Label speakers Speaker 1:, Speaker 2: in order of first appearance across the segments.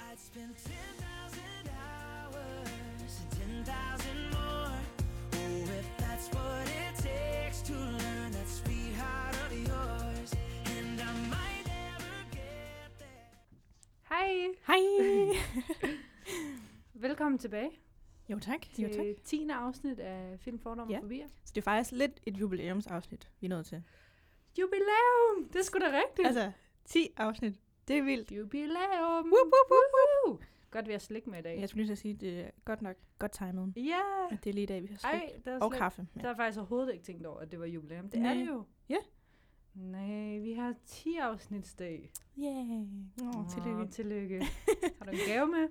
Speaker 1: been 10,000 hours and 10,000 more. Oh, if that's what it takes to learn that sweetheart of yours. And I might never get there.
Speaker 2: Hej!
Speaker 3: Hej!
Speaker 2: Velkommen tilbage
Speaker 3: jo tak. Jo tak.
Speaker 2: til 10. afsnit af Film Fordom ja.
Speaker 3: Ja.
Speaker 2: og Forbier.
Speaker 3: Så det er faktisk lidt et jubilæumsafsnit, vi er nået til.
Speaker 2: Jubilæum! Det er sgu da rigtigt.
Speaker 3: Altså, 10 afsnit. Det er vildt.
Speaker 2: Jubilæum!
Speaker 3: Woop, woop, woop,
Speaker 2: Woohoo! Godt, vi har slik med i dag.
Speaker 3: Jeg skulle lige til at sige, det er godt nok godt timet.
Speaker 2: Ja!
Speaker 3: At det er lige i dag, vi har slik.
Speaker 2: Ej, der er,
Speaker 3: Og
Speaker 2: slet,
Speaker 3: kaffe. Men.
Speaker 2: der er faktisk overhovedet ikke tænkt over, at det var jubilæum. Det er
Speaker 3: Nej.
Speaker 2: det jo.
Speaker 3: Ja.
Speaker 2: Nej, vi har 10 afsnitsdag.
Speaker 3: Yay. Åh, tillykke.
Speaker 2: tillykke. Har du en gave med?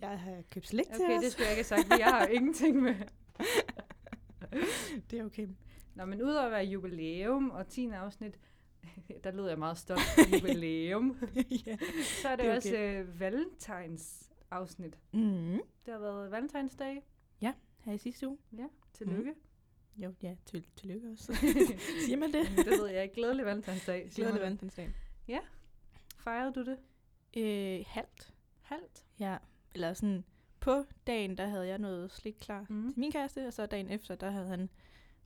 Speaker 3: Jeg har købt slik til
Speaker 2: Okay,
Speaker 3: os.
Speaker 2: det skulle jeg ikke have sagt, for jeg har jo ingenting med.
Speaker 3: det er okay.
Speaker 2: Nå, men udover at være jubilæum og 10. afsnit, der lød jeg meget stolt jubilæum,
Speaker 3: ja.
Speaker 2: så er det,
Speaker 3: Det er
Speaker 2: også øh, valentines afsnit.
Speaker 3: Mm.
Speaker 2: Det har været valentinsdag.
Speaker 3: Her i sidste uge.
Speaker 2: Ja,
Speaker 3: Mhm.
Speaker 2: tillykke. Mm.
Speaker 3: Jo, ja, til, tillykke også. Siger man det?
Speaker 2: det ved jeg ikke. Glædelig valentinsdag. siger
Speaker 3: Glædelig
Speaker 2: man.
Speaker 3: vandtensdag.
Speaker 2: Fejrede du det?
Speaker 3: Øh, halvt.
Speaker 2: Halvt?
Speaker 3: Ja. Eller sådan, på dagen, der havde jeg noget slik klar.
Speaker 2: Mm.
Speaker 3: til min kæreste, og så dagen efter, der havde han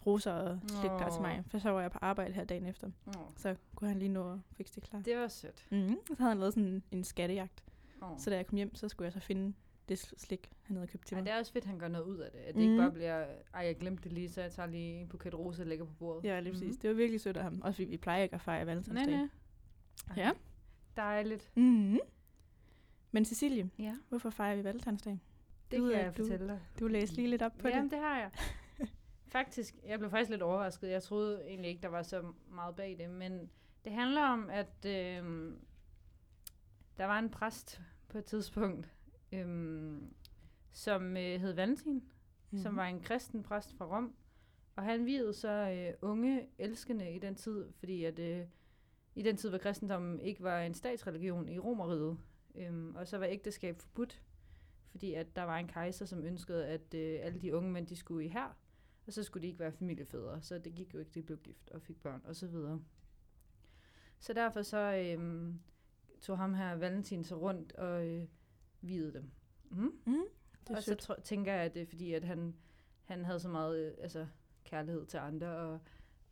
Speaker 3: roser og slik klar til
Speaker 2: Nå.
Speaker 3: mig. For så var jeg på arbejde her dagen efter,
Speaker 2: Oh,
Speaker 3: så kunne han lige nå at fikse det klar.
Speaker 2: det var sødt.
Speaker 3: Mm-hmm. Så havde han lavet sådan en skattejagt.
Speaker 2: Oh.
Speaker 3: Så da jeg kom hjem, så skulle jeg så finde det sl- slik, han havde købt til
Speaker 2: Ej,
Speaker 3: mig.
Speaker 2: det er også fedt, at han gør noget ud af det. At det mm. ikke
Speaker 3: Mhm.
Speaker 2: bare bliver, ej, jeg glemte det lige, så jeg tager lige en buket roser og lægger på bordet.
Speaker 3: Ja, lige præcis.
Speaker 2: Mhm.
Speaker 3: Mm-hmm. Det var virkelig sødt af ham. Også fordi vi plejer ikke at
Speaker 2: Nej,
Speaker 3: fejre valentinsdag.
Speaker 2: nej.
Speaker 3: Ja.
Speaker 2: Dejligt.
Speaker 3: Mm-hmm. Men Cecilie,
Speaker 2: Ja,
Speaker 3: hvorfor fejrer vi valentinsdag?
Speaker 2: det
Speaker 3: Du
Speaker 2: kan
Speaker 3: ved,
Speaker 2: jeg
Speaker 3: at du-
Speaker 2: fortælle dig.
Speaker 3: Du læste lige lidt op på
Speaker 2: Jamen,
Speaker 3: det.
Speaker 2: det. har jeg. Faktisk, jeg blev faktisk lidt overrasket. Jeg troede egentlig ikke, der var så meget bag det, men det handler om, at øh, der var en præst på et tidspunkt, øh, som øh, hed Valentin, mm-hmm. som
Speaker 3: Mhm.
Speaker 2: var en kristen præst fra Rom, og han videde så øh, unge elskende i den tid, fordi at øh, i den tid, hvor kristendommen ikke var en statsreligion i Romeriet, øhm, og så var ægteskab forbudt, fordi at der var en kejser, som ønskede, at øh, alle de unge mænd, de skulle i her, og så skulle de ikke være familiefædre, så det gik jo ikke, de blev gift og fik børn og så videre. Så derfor så øhm, tog ham her Valentin så rundt og øh, videde dem. Mm?
Speaker 3: Mm-hmm. Det er
Speaker 2: og så
Speaker 3: sødt.
Speaker 2: tro- tænker jeg, at det er fordi, at han, han havde så meget øh, altså, kærlighed til andre, og,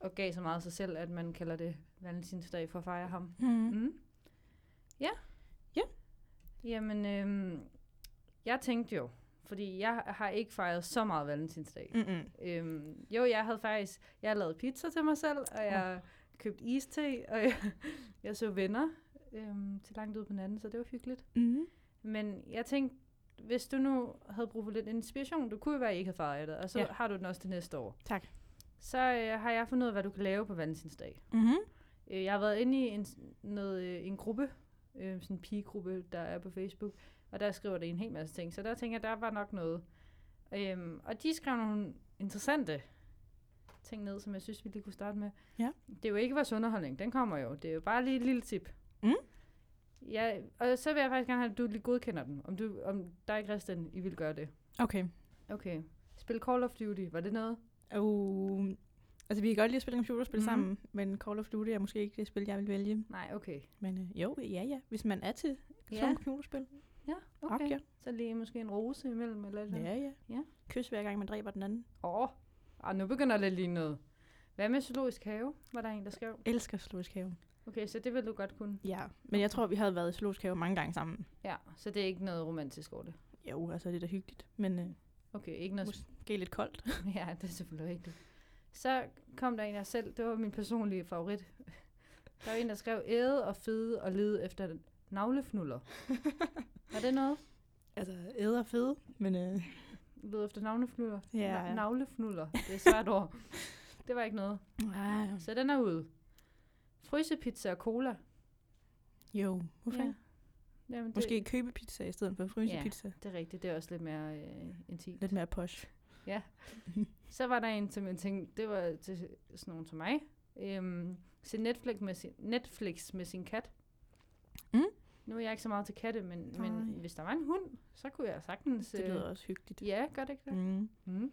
Speaker 2: og gav så meget af sig selv, at man kalder det valentinsdag for at fejre ham.
Speaker 3: Mm-hmm.
Speaker 2: Mm. Ja.
Speaker 3: Ja.
Speaker 2: Jamen, øhm, jeg tænkte jo, fordi jeg har ikke fejret så meget valentinsdag. Mm.
Speaker 3: Mm-hmm.
Speaker 2: Øhm, jo, jeg havde faktisk, jeg lavede pizza til mig selv, og jeg oh. købte iste, og jeg, jeg så venner øhm, til langt ud på natten, så det var hyggeligt.
Speaker 3: Mm-hmm.
Speaker 2: Men jeg tænkte, hvis du nu havde brug for lidt inspiration, du kunne jo være, at I ikke havde fejret det, og så ja.
Speaker 3: Ja.
Speaker 2: har du den også til næste år.
Speaker 3: Tak.
Speaker 2: Så øh, har jeg fundet ud af, hvad du kan lave på valentinsdag.
Speaker 3: Mm-hmm.
Speaker 2: Øh, jeg har været inde i en, s- noget, øh, en gruppe, øh, sådan en pigegruppe, der er på Facebook, og der skriver det en hel masse ting, så der tænker jeg, der var nok noget. Øhm, og de skrev nogle interessante ting ned, som jeg synes, vi lige kunne starte med.
Speaker 3: Ja.
Speaker 2: Det er jo ikke vores underholdning, den kommer jo. Det er jo bare lige et lille tip.
Speaker 3: Mm.
Speaker 2: Ja, og så vil jeg faktisk gerne have, at du lige godkender dem. Om, du, om dig, Christian, I vil gøre det.
Speaker 3: Okay.
Speaker 2: Okay. Spil Call of Duty, var det noget?
Speaker 3: Uh, altså, vi kan godt lide at spille computerspil
Speaker 2: Mhm.
Speaker 3: mm-hmm. sammen, men Call of Duty er måske ikke det spil, jeg vil vælge.
Speaker 2: Nej, okay.
Speaker 3: Men øh, jo, ja, ja. Hvis man er til sådan
Speaker 2: Ja.
Speaker 3: nogle computerspil.
Speaker 2: Ja, okay.
Speaker 3: Ok, ja.
Speaker 2: Så lige måske en rose imellem, eller et eller andet.
Speaker 3: Ja, ja.
Speaker 2: Ja.
Speaker 3: Kys hver gang, man dræber den anden.
Speaker 2: Åh, oh, nu begynder det lige noget. Hvad med zoologisk have? Var der en, der skrev?
Speaker 3: Elsker zoologisk have.
Speaker 2: Okay, så det vil du godt kunne.
Speaker 3: Ja, men jeg tror, vi havde været i zoologisk have mange gange sammen.
Speaker 2: Ja, så det er ikke noget romantisk over det.
Speaker 3: Jo, altså det er da hyggeligt, men øh,
Speaker 2: Okay, ikke noget...
Speaker 3: måske lidt koldt.
Speaker 2: ja, det er selvfølgelig rigtigt. Så kom der en af selv. Det var min personlige favorit. Der var en, der skrev æde og fede og lede efter navlefnuller. Var det noget?
Speaker 3: altså, æder og fede, men øh,
Speaker 2: Lede efter navlefnuller?
Speaker 3: Ja.
Speaker 2: Na- navlefnuller. Det er et svært ord. Det var ikke noget.
Speaker 3: ah,
Speaker 2: Så den er ude. Frysepizza og cola.
Speaker 3: jo, hvorfor
Speaker 2: Ja.
Speaker 3: ja.
Speaker 2: Jamen, det,
Speaker 3: Måske købe pizza i stedet for frysepizza.
Speaker 2: Det er rigtigt, det er også lidt mere øh, intimt.
Speaker 3: Lidt mere posh.
Speaker 2: Så var der en, som jeg tænkte, det var til sådan nogen til mig. Øhm, se Netflix med, sin, Netflix med sin kat.
Speaker 3: Mm.
Speaker 2: Nu er jeg ikke så meget til katte, men, men
Speaker 3: Nej.
Speaker 2: hvis der var en hund, så kunne jeg sagtens... øh,
Speaker 3: Det lyder også hyggeligt.
Speaker 2: Ja, gør det ikke det?
Speaker 3: Mm.
Speaker 2: Mm. Mm.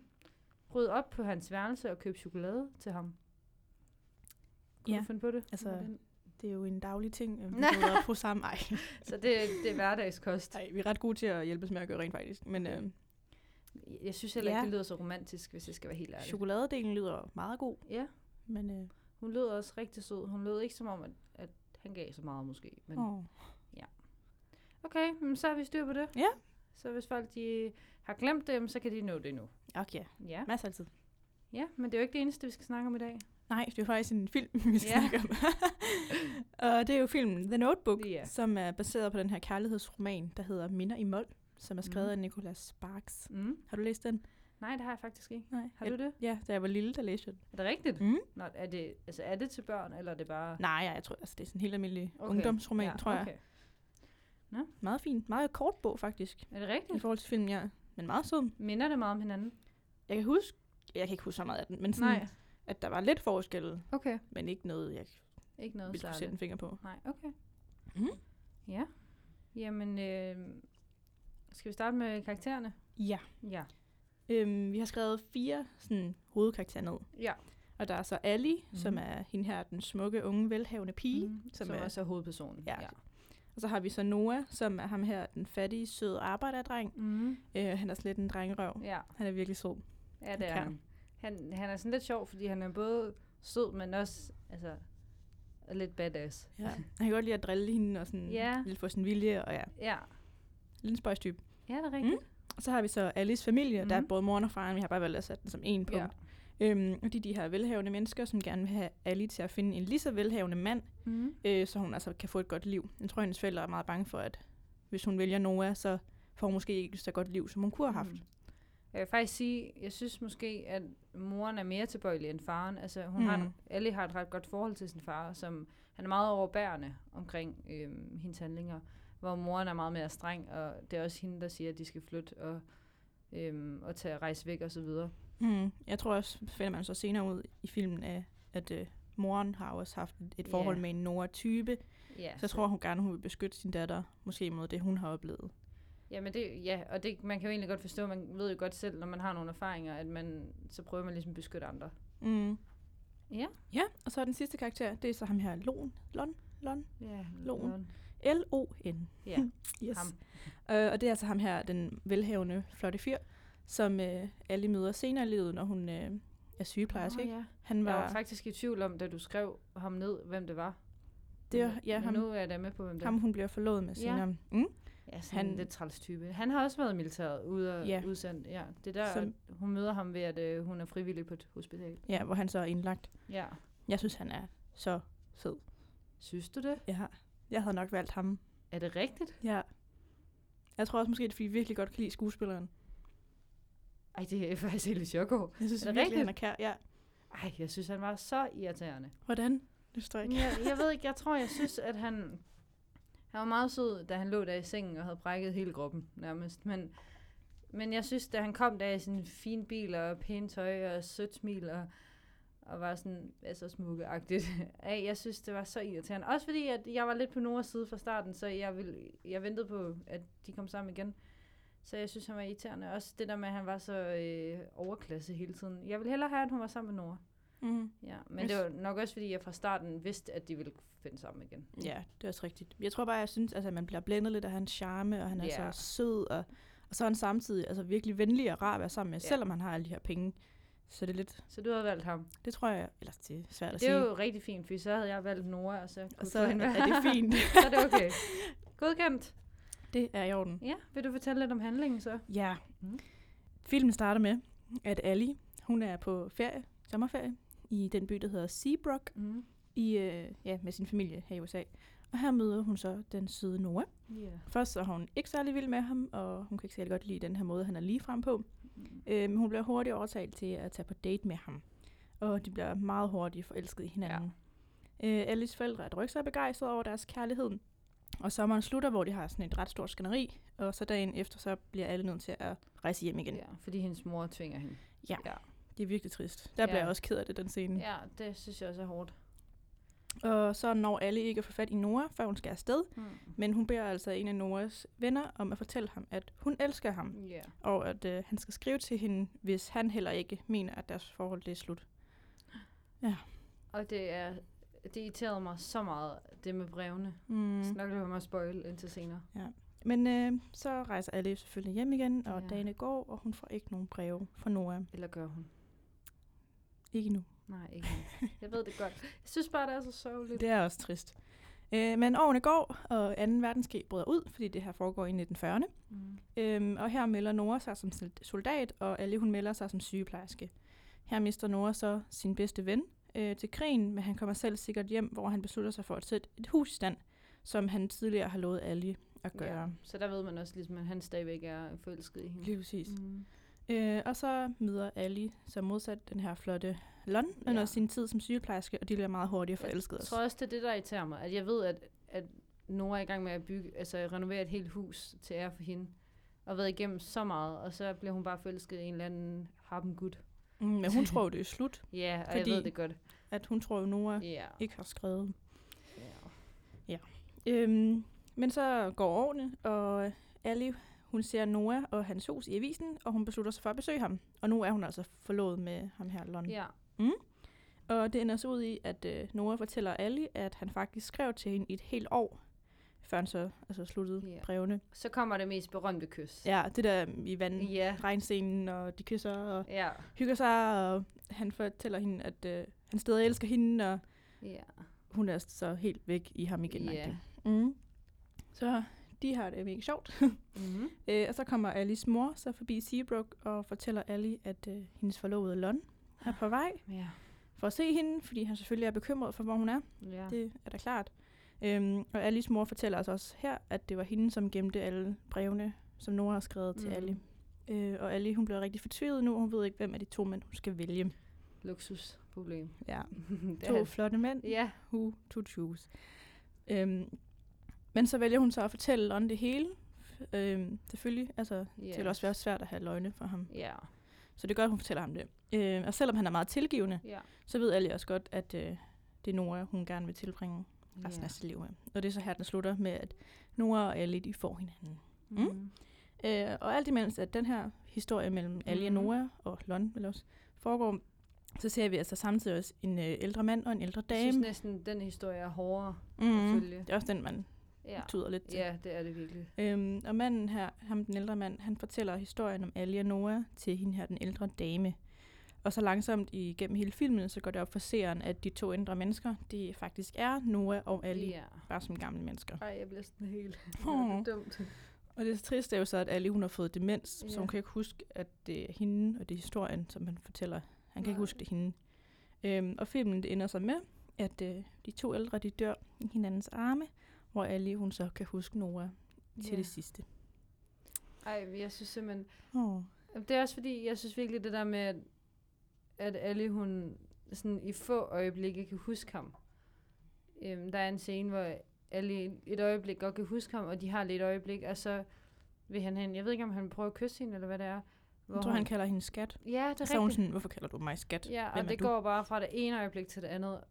Speaker 2: Ryd op på hans værelse og køb chokolade til ham. Kunne
Speaker 3: Ja,
Speaker 2: du finde på det?
Speaker 3: altså,
Speaker 2: Hvordan-
Speaker 3: Det er jo en daglig ting, at vi
Speaker 2: Nej.
Speaker 3: rydder op på sammen. Ej.
Speaker 2: Så det, det er hverdagskost.
Speaker 3: Ej, vi er ret gode til at hjælpes med at gøre rent faktisk. Men øh,
Speaker 2: Jeg synes heller ikke,
Speaker 3: Ja.
Speaker 2: det lyder så romantisk, hvis jeg skal være helt ærlig.
Speaker 3: chokoladedelen lyder meget god.
Speaker 2: Ja,
Speaker 3: Men, øh,
Speaker 2: hun lød også rigtig sød. Hun lød ikke som om, at, at han gav så meget måske. Men
Speaker 3: åh.
Speaker 2: okay, men så har vi styr på det.
Speaker 3: Ja.
Speaker 2: Så hvis folk de har glemt det, jamen, så kan de nå det nu.
Speaker 3: Okay,
Speaker 2: Ja.
Speaker 3: masser af tid.
Speaker 2: ja, men det er jo ikke det eneste, vi skal snakke om i dag.
Speaker 3: Nej, det er faktisk en film, vi skal
Speaker 2: Ja.
Speaker 3: snakke om. og det er jo filmen The Notebook,
Speaker 2: Ja.
Speaker 3: som er baseret på den her kærlighedsroman, der hedder Minder i Mål, som er skrevet
Speaker 2: Mhm.
Speaker 3: mm. af Nicholas Sparks.
Speaker 2: Mm.
Speaker 3: Har du læst den?
Speaker 2: Nej, det har jeg faktisk ikke.
Speaker 3: Nej.
Speaker 2: Har du det?
Speaker 3: Ja, da jeg var lille, der læste jeg den.
Speaker 2: Er det rigtigt?
Speaker 3: Mm.
Speaker 2: Nå, er, det, altså, er det til børn, eller er det bare...
Speaker 3: Nej, ja, jeg tror, altså, det er sådan en helt almindelig okay. ungdomsroman, ja, tror jeg. Okay.
Speaker 2: Okay.
Speaker 3: Meget fint. Meget kort bog, faktisk,
Speaker 2: Er det
Speaker 3: i
Speaker 2: rigtigt?
Speaker 3: forhold til filmen, ja. Men meget sød.
Speaker 2: Minder det meget om hinanden?
Speaker 3: Jeg kan huske, jeg kan ikke huske så meget af den, men sådan,
Speaker 2: Nej.
Speaker 3: at der var lidt forskel,
Speaker 2: Okay.
Speaker 3: men ikke noget, jeg
Speaker 2: Ikke noget
Speaker 3: ville kunne sætte en
Speaker 2: særligt.
Speaker 3: finger på.
Speaker 2: Nej, okay.
Speaker 3: Mhm.
Speaker 2: Ja. Jamen, øh, skal vi starte med karaktererne?
Speaker 3: Ja.
Speaker 2: Ja.
Speaker 3: Øhm, vi har skrevet fire sådan, hovedkarakterer ned.
Speaker 2: Ja.
Speaker 3: Og der er så Ali, mm. som
Speaker 2: Mhm.
Speaker 3: er hende her, den smukke, unge, velhavende pige. Mm.
Speaker 2: Mm, som,
Speaker 3: som
Speaker 2: som
Speaker 3: er-
Speaker 2: også er hovedpersonen.
Speaker 3: Ja. Og så har vi så Noah, som er ham her, den fattige, søde arbejderdreng.
Speaker 2: Mm,
Speaker 3: Øh, han er slet en drengerøv.
Speaker 2: ja.
Speaker 3: Han er virkelig sød.
Speaker 2: ja, det er
Speaker 3: kan.
Speaker 2: han. han. Han er sådan lidt sjov, fordi han er både sød, men også altså, er lidt badass.
Speaker 3: Ja. Han kan godt lide at drille hende og sådan
Speaker 2: Ja.
Speaker 3: lidt få sin vilje. Og ja,
Speaker 2: Ja,
Speaker 3: lidt en spøjstype.
Speaker 2: ja det er rigtigt.
Speaker 3: Og så har vi så Alice familie, mm. der er
Speaker 2: Mhm.
Speaker 3: både moren og faren. Vi har bare valgt at sætte den som en punkt.
Speaker 2: Ja.
Speaker 3: Ja. Øhm, og de er de her velhavende mennesker, som gerne vil have Ali til at finde en lige så velhavende mand,
Speaker 2: Mm.
Speaker 3: øh, så hun altså kan få et godt liv. Jeg tror, hendes forældre er meget bange for, at hvis hun vælger Noah, så får hun måske ikke så godt liv, som hun kunne have haft.
Speaker 2: Mm. Jeg vil faktisk sige, jeg synes måske, at moren er mere tilbøjelig end faren. Altså, hun mm. har, et-
Speaker 3: Mm.
Speaker 2: Ellie har et ret godt forhold til sin far, som han er meget overbærende omkring øhm, hendes handlinger, hvor moren er meget mere streng, og det er også hende, der siger, at de skal flytte og, øhm, og tage rejse væk og så videre.
Speaker 3: Mm. Jeg tror også, finder man så senere ud i filmen, af, at øh, moren har også haft et- et forhold
Speaker 2: Ja. Altså.
Speaker 3: yeah. med en Noah-type,
Speaker 2: Ja,
Speaker 3: så jeg tror hun gerne, hun vil beskytte sin datter, måske mod det, hun har oplevet.
Speaker 2: Jamen det, ja, og det, man kan jo egentlig godt forstå, man ved jo godt selv, når man har nogle erfaringer, at man, så prøver man ligesom at beskytte andre.
Speaker 3: Mm.
Speaker 2: Ja.
Speaker 3: Ja, og så er den sidste karakter, det er så ham her, Lon. Lon? Lon?
Speaker 2: Ja,
Speaker 3: Loven. L-O-N.
Speaker 2: Mm. Ja,
Speaker 3: Yes.
Speaker 2: ham.
Speaker 3: Øh, og det er altså ham her, den velhavende, flotte fyr, som øh, alle møder senere i livet, når hun øh, er sygeplejerske.
Speaker 2: Nå,
Speaker 3: Oh, ja.
Speaker 2: ja.
Speaker 3: Han
Speaker 2: Jeg
Speaker 3: var,
Speaker 2: var faktisk i tvivl om, da du skrev ham ned, hvem det var.
Speaker 3: det var
Speaker 2: Men-
Speaker 3: ja,
Speaker 2: men
Speaker 3: ham,
Speaker 2: nu er jeg da med på, hvem det
Speaker 3: ham, hun bliver forlovet med
Speaker 2: Ja.
Speaker 3: senere. Ja. Mm?
Speaker 2: er. Ja, sådan han,
Speaker 3: han-
Speaker 2: lidt træls type. Han har også været i militæret ude og ja.
Speaker 3: Ja.
Speaker 2: udsendt. Ja, det er der,
Speaker 3: Som-
Speaker 2: at hun møder ham ved, at øh, hun er frivillig på et hospital.
Speaker 3: ja, hvor han så er indlagt.
Speaker 2: Ja.
Speaker 3: Jeg synes, han er så fed.
Speaker 2: Synes du det?
Speaker 3: Ja. Jeg havde nok valgt ham.
Speaker 2: Er det rigtigt?
Speaker 3: Ja. Jeg tror også måske, det er, fordi jeg virkelig godt kan lide skuespilleren.
Speaker 2: Ej, det er faktisk helt i chok over.
Speaker 3: Jeg synes
Speaker 2: Er det
Speaker 3: virkelig,
Speaker 2: rigtigt?
Speaker 3: han er kær. Ja.
Speaker 2: Ej, jeg synes, han var så irriterende.
Speaker 3: Hvordan? Det står ikke.
Speaker 2: Men Jeg, jeg ved ikke, jeg tror, jeg synes, at han... Han var meget sød, da han lå der i sengen og havde brækket hele kroppen nærmest. Men, men jeg synes, da han kom der i sin fine bil og pæne tøj og sødt smil og, og var sådan, ja, så smukkeagtigt. Ej, jeg synes, det var så irriterende. Også fordi, at jeg var lidt på Noras side fra starten, så jeg, ville, jeg ventede på, at de kom sammen igen. Så jeg synes, han var irriterende. Også det der med, at han var så øh, overklasse hele tiden. Jeg ville hellere have, at hun var sammen med Nora.
Speaker 3: Mm.
Speaker 2: Ja, men det
Speaker 3: Yes.
Speaker 2: var nok også, fordi jeg fra starten vidste, at de ville finde sammen igen.
Speaker 3: Ja, det er også rigtigt. Jeg tror bare, jeg synes, altså, at man bliver blændet lidt af hans charme, og han er
Speaker 2: Ja.
Speaker 3: så sød, og, og så er han samtidig altså, virkelig venlig og rar at være sammen med,
Speaker 2: Ja.
Speaker 3: ja. selvom han har alle de her penge. Så det er lidt,
Speaker 2: Så du havde valgt ham.
Speaker 3: det tror jeg, eller det er svært at
Speaker 2: Det
Speaker 3: sige.
Speaker 2: er jo rigtig fint, for så havde jeg valgt Nora, og så
Speaker 3: og
Speaker 2: kunne
Speaker 3: så
Speaker 2: så, hende
Speaker 3: er det fint.
Speaker 2: så er det okay. Godkendt.
Speaker 3: det er i orden.
Speaker 2: Ja, vil du fortælle lidt om handlingen så?
Speaker 3: Ja.
Speaker 2: Mm.
Speaker 3: Filmen starter med, at Ali, hun er på ferie, sommerferie, i den by, der hedder Seabrook,
Speaker 2: Mm.
Speaker 3: i, øh, ja, med sin familie her i USA. Og her møder hun så den søde Noah.
Speaker 2: Yeah.
Speaker 3: Først så er hun ikke særlig vild med ham, og hun kan ikke særlig godt lide den her måde, han er lige frem på. Øh, men hun bliver hurtigt overtalt til at tage på date med ham. Og de bliver meget hurtigt forelsket i hinanden. Ja. Øh, Alice forældre er dog ikke så begejstrede over deres kærlighed. Og sommeren slutter, hvor de har sådan et ret stort skænderi. Og så dagen efter, så bliver alle nødt til at rejse hjem igen. Ja.
Speaker 2: Ja, fordi hendes mor tvinger hende.
Speaker 3: Det er virkelig trist.
Speaker 2: Ja.
Speaker 3: Der ja. bliver jeg også ked af det, den scene.
Speaker 2: Ja, det synes jeg også er hårdt.
Speaker 3: Ja. Og så når alle ikke at få fat i Nora, før hun skal afsted.
Speaker 2: Mm.
Speaker 3: Men hun beder altså en af Noras venner om at fortælle ham, at hun elsker ham.
Speaker 2: Yeah.
Speaker 3: Og at øh, han skal skrive til hende, hvis han heller ikke mener, at deres forhold det er slut.
Speaker 2: Og det er det irriterede mig så meget, det med brevene. Mm.
Speaker 3: Mm.
Speaker 2: Så nok lade mig spoil indtil senere.
Speaker 3: Men øh, så rejser Alice selvfølgelig hjem igen, og
Speaker 2: Ja.
Speaker 3: ja. dagene går, og hun får ikke nogen breve fra Nora.
Speaker 2: Eller gør hun?
Speaker 3: Ikke nu.
Speaker 2: Nej, ikke. nu. Jeg ved det godt. Jeg synes bare, det er så sørgeligt.
Speaker 3: Det er også trist. Øh, men årene går, og 2. verdenskrig bryder ud, fordi det her foregår i 1940'erne.
Speaker 2: Mm.
Speaker 3: Øhm, og her melder Nora sig som sol- soldat, og Ali hun melder sig som sygeplejerske. Her mister Nora så sin bedste ven øh, til krigen, men han kommer selv sikkert hjem, hvor han beslutter sig for at sætte et hus i stand, som han tidligere har lovet Ali at gøre.
Speaker 2: Ja. Så der ved man også, ligesom, at han stadigvæk er forelsket i hende.
Speaker 3: Lige præcis.
Speaker 2: Mm.
Speaker 3: Øh, og så møder Ali så modsat den her flotte Lon
Speaker 2: Ja.
Speaker 3: under sin tid som sygeplejerske, og de bliver meget hurtigt forelsket
Speaker 2: Jeg
Speaker 3: os.
Speaker 2: tror også, det er det, der irriterer mig. At jeg ved, at, at Nora er i gang med at bygge, altså at renovere et helt hus til ære for hende. Og har været igennem så meget, og så bliver hun bare forelsket i en eller anden harpengud.
Speaker 3: Mm, Men hun tror jo, det er slut,
Speaker 2: Ja, og Fordi...
Speaker 3: Fordi-
Speaker 2: jeg ved det godt.
Speaker 3: at hun tror jo, Nora
Speaker 2: Ja.
Speaker 3: ikke har skrevet
Speaker 2: ja.
Speaker 3: Øhm, men så går årene, og Ali, hun ser Noah og hans hus i avisen, og hun beslutter sig for at besøge ham. Og nu er hun altså forlovet med ham her, Lon.
Speaker 2: Ja.
Speaker 3: Og det ender så ud i, at øh, Noah fortæller Ali, at han faktisk skrev til hende i et helt år, før han så altså, sluttede
Speaker 2: Ja.
Speaker 3: yeah. brevene.
Speaker 2: Så kommer det mest berømte kys.
Speaker 3: Ja, det der i vand, yeah.
Speaker 2: Ja.
Speaker 3: regnscenen, og de kysser og
Speaker 2: Ja.
Speaker 3: hygger sig, og han fortæller hende, at øh, han stadig elsker hende, og
Speaker 2: ja.
Speaker 3: hun er så helt væk i ham igen.
Speaker 2: Ja.
Speaker 3: agtig. Mm. Så de har det mega sjovt.
Speaker 2: Mm-hmm.
Speaker 3: Øh, og så kommer Alice mor så forbi Seabrook og fortæller Ali, at øh, hendes forlovede Lon er på vej
Speaker 2: Ja.
Speaker 3: for at se hende, fordi han selvfølgelig er bekymret for, hvor hun er.
Speaker 2: Ja. Det...
Speaker 3: Det er da klart. Øhm, og Alice mor fortæller os også her, at det var hende, som gemte alle brevene, som Nora har skrevet til
Speaker 2: Mm.
Speaker 3: Ali. Øh, og Ali, hun bliver rigtig fortvivlet nu, hun ved ikke, hvem af de to mænd, hun skal vælge.
Speaker 2: Luksusproblem.
Speaker 3: Ja,
Speaker 2: det
Speaker 3: to
Speaker 2: er-
Speaker 3: flotte mænd,
Speaker 2: Ja.
Speaker 3: who to choose. Øhm, men så vælger hun så at fortælle Lon det hele. Øhm, selvfølgelig, altså, yes. det vil også være svært at have løgne for ham.
Speaker 2: Ja.
Speaker 3: Så det er godt, hun fortæller ham det. Øh, og selvom han er meget tilgivende,
Speaker 2: Ja.
Speaker 3: så ved alle også godt, at øh, det er Nora, hun gerne vil tilbringe resten
Speaker 2: ja.
Speaker 3: af sit liv med. Og det er så her, den slutter med, at Nora og Ellie, de får hinanden. Mm.
Speaker 2: Mm.
Speaker 3: Øh, og alt imens, at den her historie mellem Ellie
Speaker 2: Mhm.
Speaker 3: og Nora, og Lon vel også, foregår, så ser vi altså samtidig også en øh, ældre mand og en ældre
Speaker 2: Jeg
Speaker 3: dame.
Speaker 2: synes næsten, den historie er hårdere.
Speaker 3: Mhm.
Speaker 2: følge.
Speaker 3: Det er også den, man
Speaker 2: Ja.
Speaker 3: tyder lidt til.
Speaker 2: Ja, det er det virkelig.
Speaker 3: Øhm, og manden her, ham den ældre mand, han fortæller historien om Ali og Noah til hende her, den ældre dame. Og så langsomt igennem hele filmen, så går det op for seeren, at de to ældre mennesker, de faktisk er Noah og Ali, yeah.
Speaker 2: Ja.
Speaker 3: bare som gamle mennesker.
Speaker 2: Ej, jeg bliver sådan helt
Speaker 3: Åh.
Speaker 2: oh. dumt.
Speaker 3: Og det triste er jo så, at Ali hun har fået demens, yeah.
Speaker 2: Ja.
Speaker 3: så hun kan ikke huske, at det er hende, og det er historien, som han fortæller. Han kan
Speaker 2: Nej.
Speaker 3: ikke huske, det er hende. Øhm, og filmen det ender så med, at øh, de to ældre, de dør i hinandens arme, hvor Ali hun så kan huske Noah til
Speaker 2: Ja.
Speaker 3: det sidste.
Speaker 2: Ej, men jeg synes simpelthen...
Speaker 3: Oh.
Speaker 2: Det er også fordi, jeg synes virkelig det der med, at, at alle hun sådan i få øjeblikke kan huske ham. Øhm, der er en scene, hvor alle et øjeblik godt kan huske ham, og de har lidt øjeblik, og så vil han hen. Jeg ved ikke, om han prøver at kysse hende, eller hvad det er. Hvor
Speaker 3: Jeg tror, han kalder hende skat.
Speaker 2: Ja, det er
Speaker 3: Så er hun
Speaker 2: rigtigt.
Speaker 3: sådan, hvorfor kalder du mig skat?
Speaker 2: Ja, og
Speaker 3: Hvem er
Speaker 2: det
Speaker 3: du?
Speaker 2: går bare fra det ene øjeblik til det andet.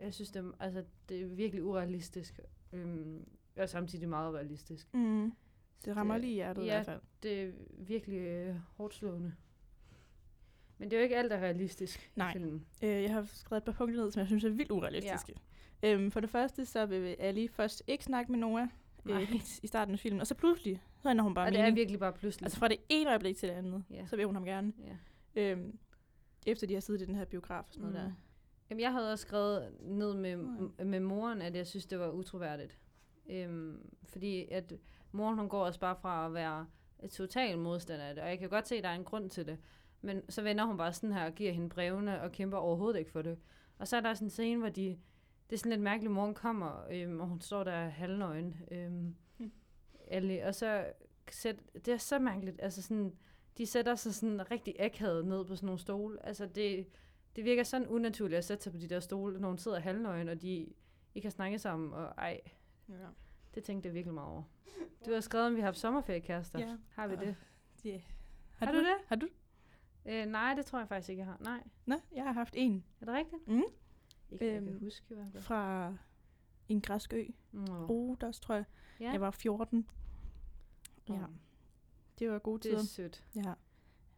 Speaker 2: Jeg synes, det er, altså, det er virkelig urealistisk. Øhm, og samtidig meget realistisk.
Speaker 3: Mm. Det rammer
Speaker 2: det-
Speaker 3: lige hjertet
Speaker 2: ja.
Speaker 3: i hvert fald.
Speaker 2: Det er virkelig øh, hårdt slående. Men det er jo ikke alt, der er realistisk
Speaker 3: Nej.
Speaker 2: i filmen.
Speaker 3: Øh, jeg har skrevet et par punkter ned, som jeg synes er vildt urealistiske. Ja. Øhm, for det første, så vil Ali først ikke snakke med Noah øh,
Speaker 2: Nej.
Speaker 3: helt i starten af filmen, og så pludselig, så ender hun bare
Speaker 2: Og det
Speaker 3: mening.
Speaker 2: er virkelig bare pludselig.
Speaker 3: Altså fra det ene øjeblik til det andet,
Speaker 2: Ja.
Speaker 3: ja. så vil hun ham gerne.
Speaker 2: ja.
Speaker 3: Øhm, efter de har siddet i den her biograf og sådan noget
Speaker 2: Mm.
Speaker 3: der.
Speaker 2: Jamen, jeg havde også skrevet ned med,
Speaker 3: Nej.
Speaker 2: med moren, at jeg synes, det var utroværdigt. Øhm, fordi at moren, hun går også bare fra at være total modstander af det, og jeg kan godt se, at der er en grund til det. Men så vender hun bare sådan her og giver hende brevene og kæmper overhovedet ikke for det. Og så er der sådan en scene, hvor de... Det er sådan lidt mærkeligt, moren kommer, øhm, og hun står der halvnøgen. Øhm, alle, og så sæt, det er så mærkeligt. Altså sådan, de sætter sig sådan rigtig akavet ned på sådan nogle stole. Altså det, det virker sådan unaturligt at sætte sig på de der stole, når hun sidder halvnøgen, og de ikke har snakket sammen. Og ej,
Speaker 3: Ja.
Speaker 2: det tænkte jeg virkelig meget over. Du har skrevet, om vi har haft sommerferiekærester.
Speaker 3: Ja.
Speaker 2: Har vi
Speaker 3: Ja.
Speaker 2: det?
Speaker 3: Yeah.
Speaker 2: Har du det?
Speaker 3: Har du?
Speaker 2: Øh, nej, det tror jeg faktisk ikke, jeg har. Nej.
Speaker 3: Nå, jeg har haft en
Speaker 2: Er det rigtigt?
Speaker 3: Mm.
Speaker 2: Ikke, øhm. jeg kan
Speaker 3: Øhm,
Speaker 2: huske i hvert fald.
Speaker 3: fra en græsk ø.
Speaker 2: Nå.
Speaker 3: Rodos, tror jeg.
Speaker 2: Ja,
Speaker 3: Ja. Jeg var 14. Ja.
Speaker 2: Åh.
Speaker 3: Det var gode
Speaker 2: det er
Speaker 3: tider.
Speaker 2: sødt.
Speaker 3: Ja.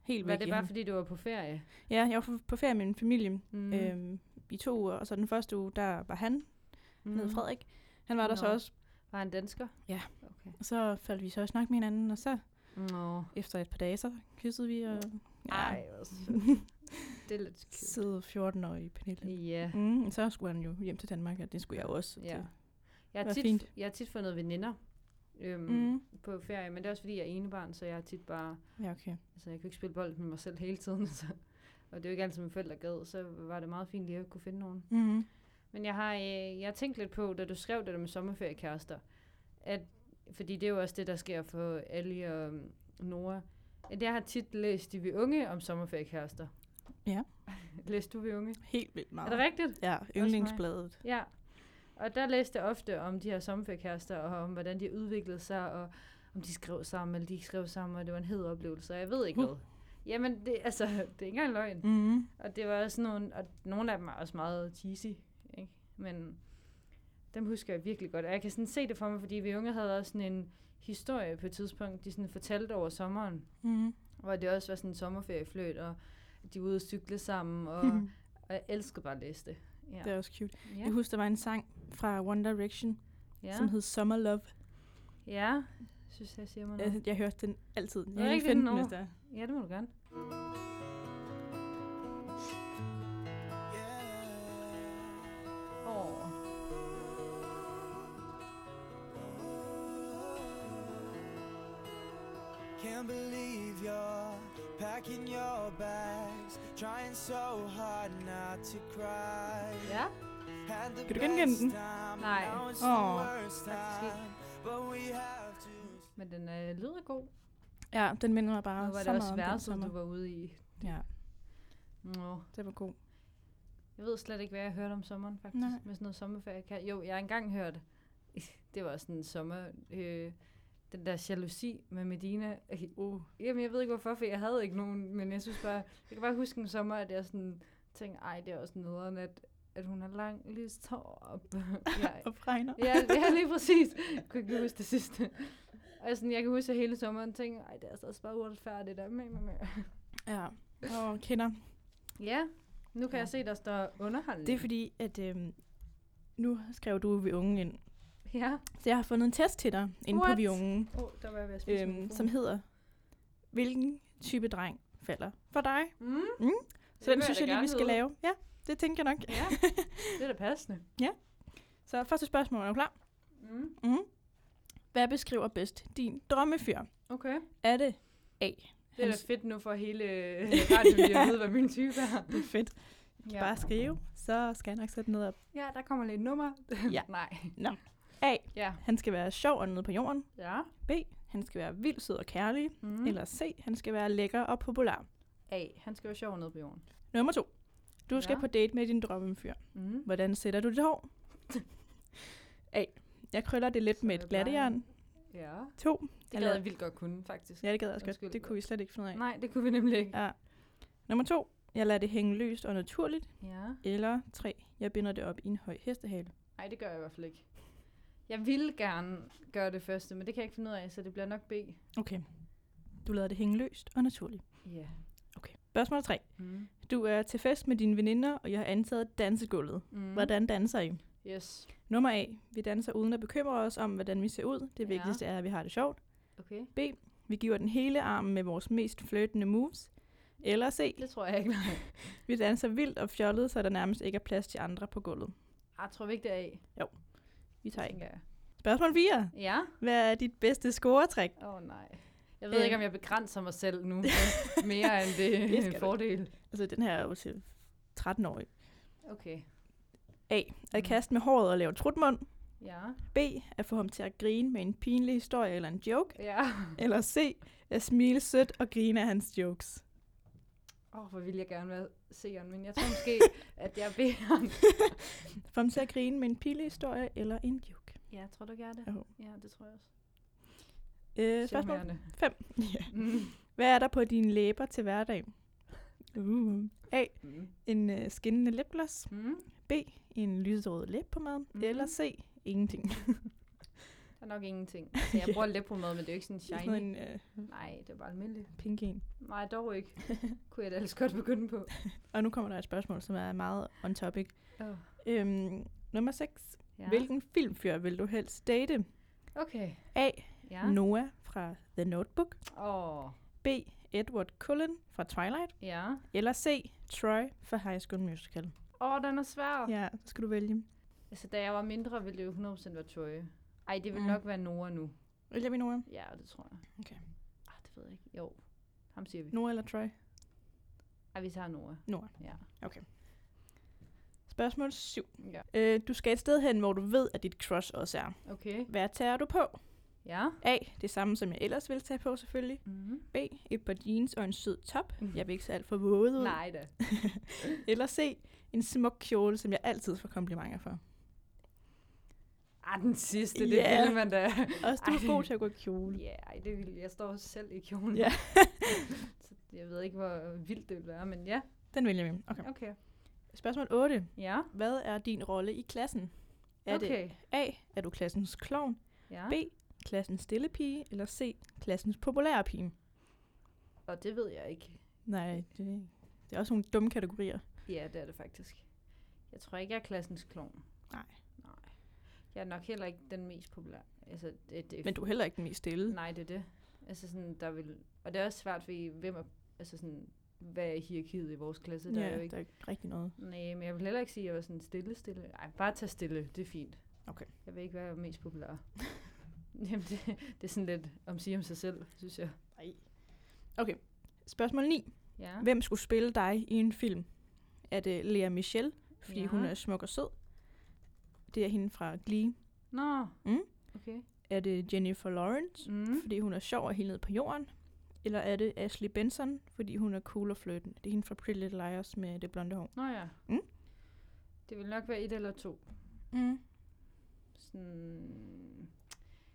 Speaker 3: Helt
Speaker 2: Var
Speaker 3: væk
Speaker 2: det
Speaker 3: i
Speaker 2: bare
Speaker 3: ham.
Speaker 2: fordi, du var på ferie?
Speaker 3: Ja, jeg var f- på ferie med min familie
Speaker 2: Mm.
Speaker 3: øhm, i to uger, og så den første uge, der var han, mm. hed Frederik. Han var der så
Speaker 2: Nå.
Speaker 3: også,
Speaker 2: Var han dansker?
Speaker 3: og så faldt vi så i snak med hinanden, og så
Speaker 2: Nå.
Speaker 3: efter et par dage, så kyssede vi, og ja,
Speaker 2: Ej, hvor sødt. det er lidt cute.
Speaker 3: sidde 14-årige Pernille.
Speaker 2: Ja.
Speaker 3: Mm, så skulle han jo hjem til Danmark, og det skulle jeg også.
Speaker 2: Ja.
Speaker 3: Det-
Speaker 2: Jeg har,
Speaker 3: Hvor
Speaker 2: tit,
Speaker 3: fint.
Speaker 2: jeg har tit fundet veninder øhm, mm.
Speaker 3: Mm.
Speaker 2: på ferie, men det er også fordi, jeg er enebarn, så jeg har tit bare...
Speaker 3: Ja, okay.
Speaker 2: Altså, jeg kan jo ikke spille bold med mig selv hele tiden, så, og det er jo ikke altid, mine forældre gad, så var det meget fint lige at kunne finde nogen.
Speaker 3: Mm.
Speaker 2: Men jeg har, øh, jeg har tænkt lidt på, da du skrev det der med sommerferiekærester, at, fordi det er jo også det, der sker for Ali og øhm, Nora, at jeg har tit læst i Vi Unge om sommerferiekærester.
Speaker 3: Ja.
Speaker 2: Læste du Vi Unge?
Speaker 3: Helt vildt
Speaker 2: Er
Speaker 3: meget.
Speaker 2: det rigtigt?
Speaker 3: Ja, yndlingsbladet.
Speaker 2: Ja, og der læste jeg ofte om de her sommerferiekærester, og om hvordan de udviklede sig, og om de skrev sammen, eller de ikke skrev sammen, og det var en hed oplevelse, og jeg ved ikke
Speaker 3: Uh.
Speaker 2: hvad. Jamen, det, altså, det er ikke engang løgn.
Speaker 3: Mm.
Speaker 2: Og det var også nogle, og nogle af dem er også meget cheesy, ikke? Men dem husker jeg virkelig godt. Og jeg kan sådan se det for mig, fordi vi unge havde også sådan en historie på et tidspunkt, de sådan fortalte over sommeren,
Speaker 3: Mm.
Speaker 2: hvor det også var sådan en sommerferiefløjt, og de var ude at cykle sammen, og, og jeg elskede bare at læse det. Ja.
Speaker 3: Det er også cute. Ja. Jeg
Speaker 2: Ja.
Speaker 3: husker, der var en sang fra One Direction, ja.
Speaker 2: Ja.
Speaker 3: som hed Summer Love.
Speaker 2: Ja, synes jeg siger mig noget.
Speaker 3: Jeg, jeg hørte den altid. Jeg
Speaker 2: Mm. er
Speaker 3: kan
Speaker 2: ikke
Speaker 3: ikke finde
Speaker 2: den
Speaker 3: den,
Speaker 2: over.
Speaker 3: hvis der.
Speaker 2: Ja, det må du gerne. Åh.
Speaker 1: Can't believe you're packing your bags, trying so hard not to cry.
Speaker 2: Ja.
Speaker 1: Had the
Speaker 3: Kan du genkende den?
Speaker 1: best time,
Speaker 2: Nej.
Speaker 1: now it's
Speaker 3: Åh,
Speaker 1: the worst
Speaker 2: faktisk ikke.
Speaker 1: time, but we have to
Speaker 2: Men den øh, lyder god.
Speaker 3: Ja, den minder mig
Speaker 2: Og
Speaker 3: bare
Speaker 2: var det
Speaker 3: så meget
Speaker 2: også
Speaker 3: om den
Speaker 2: værelset,
Speaker 3: sommer.
Speaker 2: du var ude i?
Speaker 3: Ja,
Speaker 2: Nå.
Speaker 3: det var god.
Speaker 2: Jeg ved slet ikke, hvad jeg hørte om sommeren, faktisk. Nej.
Speaker 3: Nej.
Speaker 2: Med sådan noget sommerferie. Kan- Jo, jeg har engang hørt, det var sådan en sommer, øh, den der jalousi med Medina.
Speaker 3: Uh.
Speaker 2: Jamen, jeg ved ikke hvorfor, for jeg havde ikke nogen, men jeg synes bare, jeg kan bare huske en sommer, at jeg sådan tænkte, ej, det er også nederen, at, at hun har langt lyst hår op. ja,
Speaker 3: Og regner.
Speaker 2: ja, ja, lige præcis. Jeg kunne ikke lige huske det sidste. Og sådan, jeg kan huske, at hele sommeren tænkte, ej, det er altså også bare uretfærdigt. Og med, med, med.
Speaker 3: Ja, og kender.
Speaker 2: Ja, nu kan ja.
Speaker 3: Ja.
Speaker 2: jeg se, der står underholdning.
Speaker 3: Det er fordi, at øhm, nu skrev du Vi Unge ind.
Speaker 2: Ja.
Speaker 3: Så jeg har fundet en test til dig inde på
Speaker 2: What?
Speaker 3: Vi Unge,
Speaker 2: Oh, der var jeg ved at spise
Speaker 3: øhm, som hedder, hvilken type dreng falder for dig?
Speaker 2: Mm.
Speaker 3: Mm.
Speaker 2: Det
Speaker 3: Så den
Speaker 2: vil
Speaker 3: synes
Speaker 2: da
Speaker 3: jeg lige,
Speaker 2: gerne
Speaker 3: vi skal
Speaker 2: vide.
Speaker 3: lave. Ja, det tænker jeg nok.
Speaker 2: Ja, det er da passende.
Speaker 3: Så første spørgsmål, er du klar?
Speaker 2: Mm.
Speaker 3: Mm. Hvad beskriver bedst din drømmefyr?
Speaker 2: Okay.
Speaker 3: Er det A?
Speaker 2: Det er
Speaker 3: Hans-
Speaker 2: da fedt nu for hele radioen, lige at
Speaker 3: Ja.
Speaker 2: vide, hvad min type er.
Speaker 3: Det er fedt.
Speaker 2: Ja.
Speaker 3: Bare skrive, så skal jeg nok sætte noget op.
Speaker 2: ja, der kommer lidt nummer.
Speaker 3: Ja.
Speaker 2: Nej.
Speaker 3: A.
Speaker 2: Ja.
Speaker 3: Han skal være sjov og nede på jorden.
Speaker 2: Ja.
Speaker 3: B. Han skal være vild, sød og kærlig.
Speaker 2: Mm.
Speaker 3: Mm. Eller C. Han skal være lækker og populær.
Speaker 2: A. Han skal jo sjov ned på jorden.
Speaker 3: Nummer to. Du skal
Speaker 2: Ja.
Speaker 3: ja. på date med din drømmefyr.
Speaker 2: Mm.
Speaker 3: Hvordan sætter du dit hår? A. Jeg krøller det lidt
Speaker 2: Så
Speaker 3: med
Speaker 2: er det
Speaker 3: et glattejern.
Speaker 2: Ja.
Speaker 3: 2.
Speaker 2: Det gad jeg vildt godt kunne, faktisk.
Speaker 3: Ja, det gad jeg også
Speaker 2: Undskyld.
Speaker 3: godt. Det kunne vi slet ikke finde ud af.
Speaker 2: Nej, det kunne vi nemlig ikke.
Speaker 3: Ja. Nummer to. Jeg lader det hænge løst og naturligt.
Speaker 2: Ja.
Speaker 3: Eller tre. Jeg binder det op i en høj hestehale.
Speaker 2: Nej, det gør jeg i hvert fald ikke. Jeg ville gerne gøre det første, men det kan jeg ikke finde ud af, så det bliver nok B.
Speaker 3: Okay. Du lader det hænge løst og naturligt.
Speaker 2: Ja.
Speaker 3: Okay. Spørgsmål 3.
Speaker 2: Mm.
Speaker 3: Du er til fest med dine veninder, og jeg har antaget dansegulvet.
Speaker 2: Mm.
Speaker 3: Mm. Hvordan danser I?
Speaker 2: Yes.
Speaker 3: Nummer A. Vi danser uden at bekymre os om, hvordan vi ser ud. Det
Speaker 2: Ja.
Speaker 3: vigtigste er, at vi har det sjovt.
Speaker 2: Okay.
Speaker 3: Vi giver den hele armen med vores mest flirtende moves. Eller C.
Speaker 2: Det tror jeg ikke.
Speaker 3: Vi danser vildt og fjollet, så der nærmest ikke er plads til andre på gulvet.
Speaker 2: Ej, tror vi ikke, det er A.
Speaker 3: Vi tager ikke.
Speaker 2: tænker jeg.
Speaker 3: Spørgsmål 4.
Speaker 2: Ja?
Speaker 3: Hvad er dit bedste scoretræk?
Speaker 2: Åh oh, nej. Jeg ved
Speaker 3: Øh.
Speaker 2: ikke, om jeg begrænser mig selv nu øh, mere end det
Speaker 3: Det
Speaker 2: er
Speaker 3: skal
Speaker 2: en
Speaker 3: du
Speaker 2: fordel.
Speaker 3: Altså, den her er jo til 13-årig.
Speaker 2: Okay.
Speaker 3: A.
Speaker 2: Mm.
Speaker 3: At kaste med håret og lave trutmund.
Speaker 2: Ja.
Speaker 3: B. At få ham til at grine med en pinlig historie eller en joke.
Speaker 2: Ja.
Speaker 3: Eller C. At smile sødt og grine af hans jokes.
Speaker 2: Åh, oh, hvor vil jeg gerne være seeren, men jeg tror måske, at jeg beder ham.
Speaker 3: Få ham til at grine med en pinlig historie eller en joke.
Speaker 2: Ja, tror du, jeg er det?
Speaker 3: Jo.
Speaker 2: Ja, det tror jeg også.
Speaker 3: Øh, spørgsmål
Speaker 2: Charmerende.
Speaker 3: 5. Ja.
Speaker 2: Mm.
Speaker 3: Hvad er der på dine læber til hverdag? Uh. A.
Speaker 2: Mm.
Speaker 3: En øh, skinnende lipgloss.
Speaker 2: Mm.
Speaker 3: B. En lyserød læb på maden.
Speaker 2: Mhm.
Speaker 3: Eller C. Ingenting.
Speaker 2: Der er nok ingenting. Altså, jeg bruger lidt på mad, men det er jo ikke sådan
Speaker 3: Sådan
Speaker 2: shiny.
Speaker 3: noget en øh,
Speaker 2: Nej, det er bare almindeligt.
Speaker 3: pink en.
Speaker 2: Nej, dog ikke. Kunne jeg da ellers godt begynde på.
Speaker 3: Og nu kommer der et spørgsmål, som er meget on topic.
Speaker 2: Oh,
Speaker 3: Øhm, nummer 6.
Speaker 2: ja.
Speaker 3: Ja. Hvilken filmfyr vil du helst date?
Speaker 2: Okay,
Speaker 3: A.
Speaker 2: ja.
Speaker 3: Ja. Noah fra The Notebook.
Speaker 2: Åh, oh,
Speaker 3: B. Edward Cullen fra Twilight.
Speaker 2: ja.
Speaker 3: Eller C. Troy fra High School Musical.
Speaker 2: Åh, oh, den er svær.
Speaker 3: Ja, så skal du vælge.
Speaker 2: Altså, da jeg var mindre, ville det jo 100% være Troy. Ej, det vil
Speaker 3: Mm.
Speaker 2: mm. nok være Nora nu.
Speaker 3: Vælger vi Noah?
Speaker 2: Ja, det tror jeg.
Speaker 3: Okay.
Speaker 2: Ah, det ved jeg ikke. Jo, ham siger vi.
Speaker 3: Noah eller Troy?
Speaker 2: Ej, vi tager Nora.
Speaker 3: Noah.
Speaker 2: Ja.
Speaker 3: Spørgsmål 7.
Speaker 2: Ja.
Speaker 3: Øh, du skal et sted hen, hvor du ved, at dit crush også er.
Speaker 2: Okay.
Speaker 3: Hvad tager du på?
Speaker 2: Ja.
Speaker 3: A. Det samme, som jeg ellers ville tage på, selvfølgelig.
Speaker 2: Mm-hmm.
Speaker 3: B. Et par jeans og en sød top.
Speaker 2: Mm.
Speaker 3: Jeg vil ikke se alt for våde ud.
Speaker 2: Nej da.
Speaker 3: Eller C. En smuk kjole, som jeg altid får komplimenter for.
Speaker 2: Ah, den sidste, det
Speaker 3: Ja.
Speaker 2: yeah. ville man da.
Speaker 3: Også du er
Speaker 2: Ej.
Speaker 3: god til at gå i kjole.
Speaker 2: Ja, ej, det ville jeg. står selv i kjolen.
Speaker 3: Ja.
Speaker 2: Så jeg ved ikke, hvor vildt det ville være, men ja.
Speaker 3: Den vælger vi. Okay.
Speaker 2: Okay.
Speaker 3: Spørgsmål 8.
Speaker 2: Ja.
Speaker 3: Hvad er din rolle i klassen? Er det
Speaker 2: okay.
Speaker 3: A. Er du klassens klovn?
Speaker 2: Ja.
Speaker 3: B. Klassens stille pige? Eller C. Klassens populære pige?
Speaker 2: Og det ved jeg ikke.
Speaker 3: Nej, det, det er også nogle dumme kategorier.
Speaker 2: Ja, det er det faktisk. Jeg tror ikke, jeg er klassens klovn.
Speaker 3: Nej.
Speaker 2: Nej. Jeg er nok heller ikke den mest populære. Altså, det, det,
Speaker 3: Men du er heller ikke den mest stille.
Speaker 2: Nej, det er det. Altså sådan, der vil... Og det er også svært, fordi hvem er... Altså sådan, hvad er hierarkiet i vores klasse? Der
Speaker 3: ja,
Speaker 2: er jo ikke...
Speaker 3: der er ikke rigtig noget.
Speaker 2: Nej, men jeg vil heller ikke sige, at jeg var sådan stille, stille. Nej, bare tag stille. Det er fint.
Speaker 3: Okay.
Speaker 2: Jeg vil ikke være mest populær. Jamen, det, det er sådan lidt om sige om sig selv, synes jeg.
Speaker 3: Nej. Okay. Spørgsmål 9.
Speaker 2: Ja.
Speaker 3: Ja. Hvem skulle spille dig i en film? Er det Lea Michelle, fordi ja.
Speaker 2: Ja.
Speaker 3: hun er smuk og sød? Det er hende fra Glee.
Speaker 2: Nå.
Speaker 3: Mm.
Speaker 2: Okay.
Speaker 3: Er det Jennifer Lawrence?
Speaker 2: Mm.
Speaker 3: fordi hun er sjov og helt nede på jorden? Eller er det Ashley Benson, fordi hun er cool og flirten? Det er hende fra Pretty Little Liars med det blonde hår.
Speaker 2: Nå ja.
Speaker 3: Mm.
Speaker 2: Det vil nok være et eller to.
Speaker 3: Mm.
Speaker 2: sådan...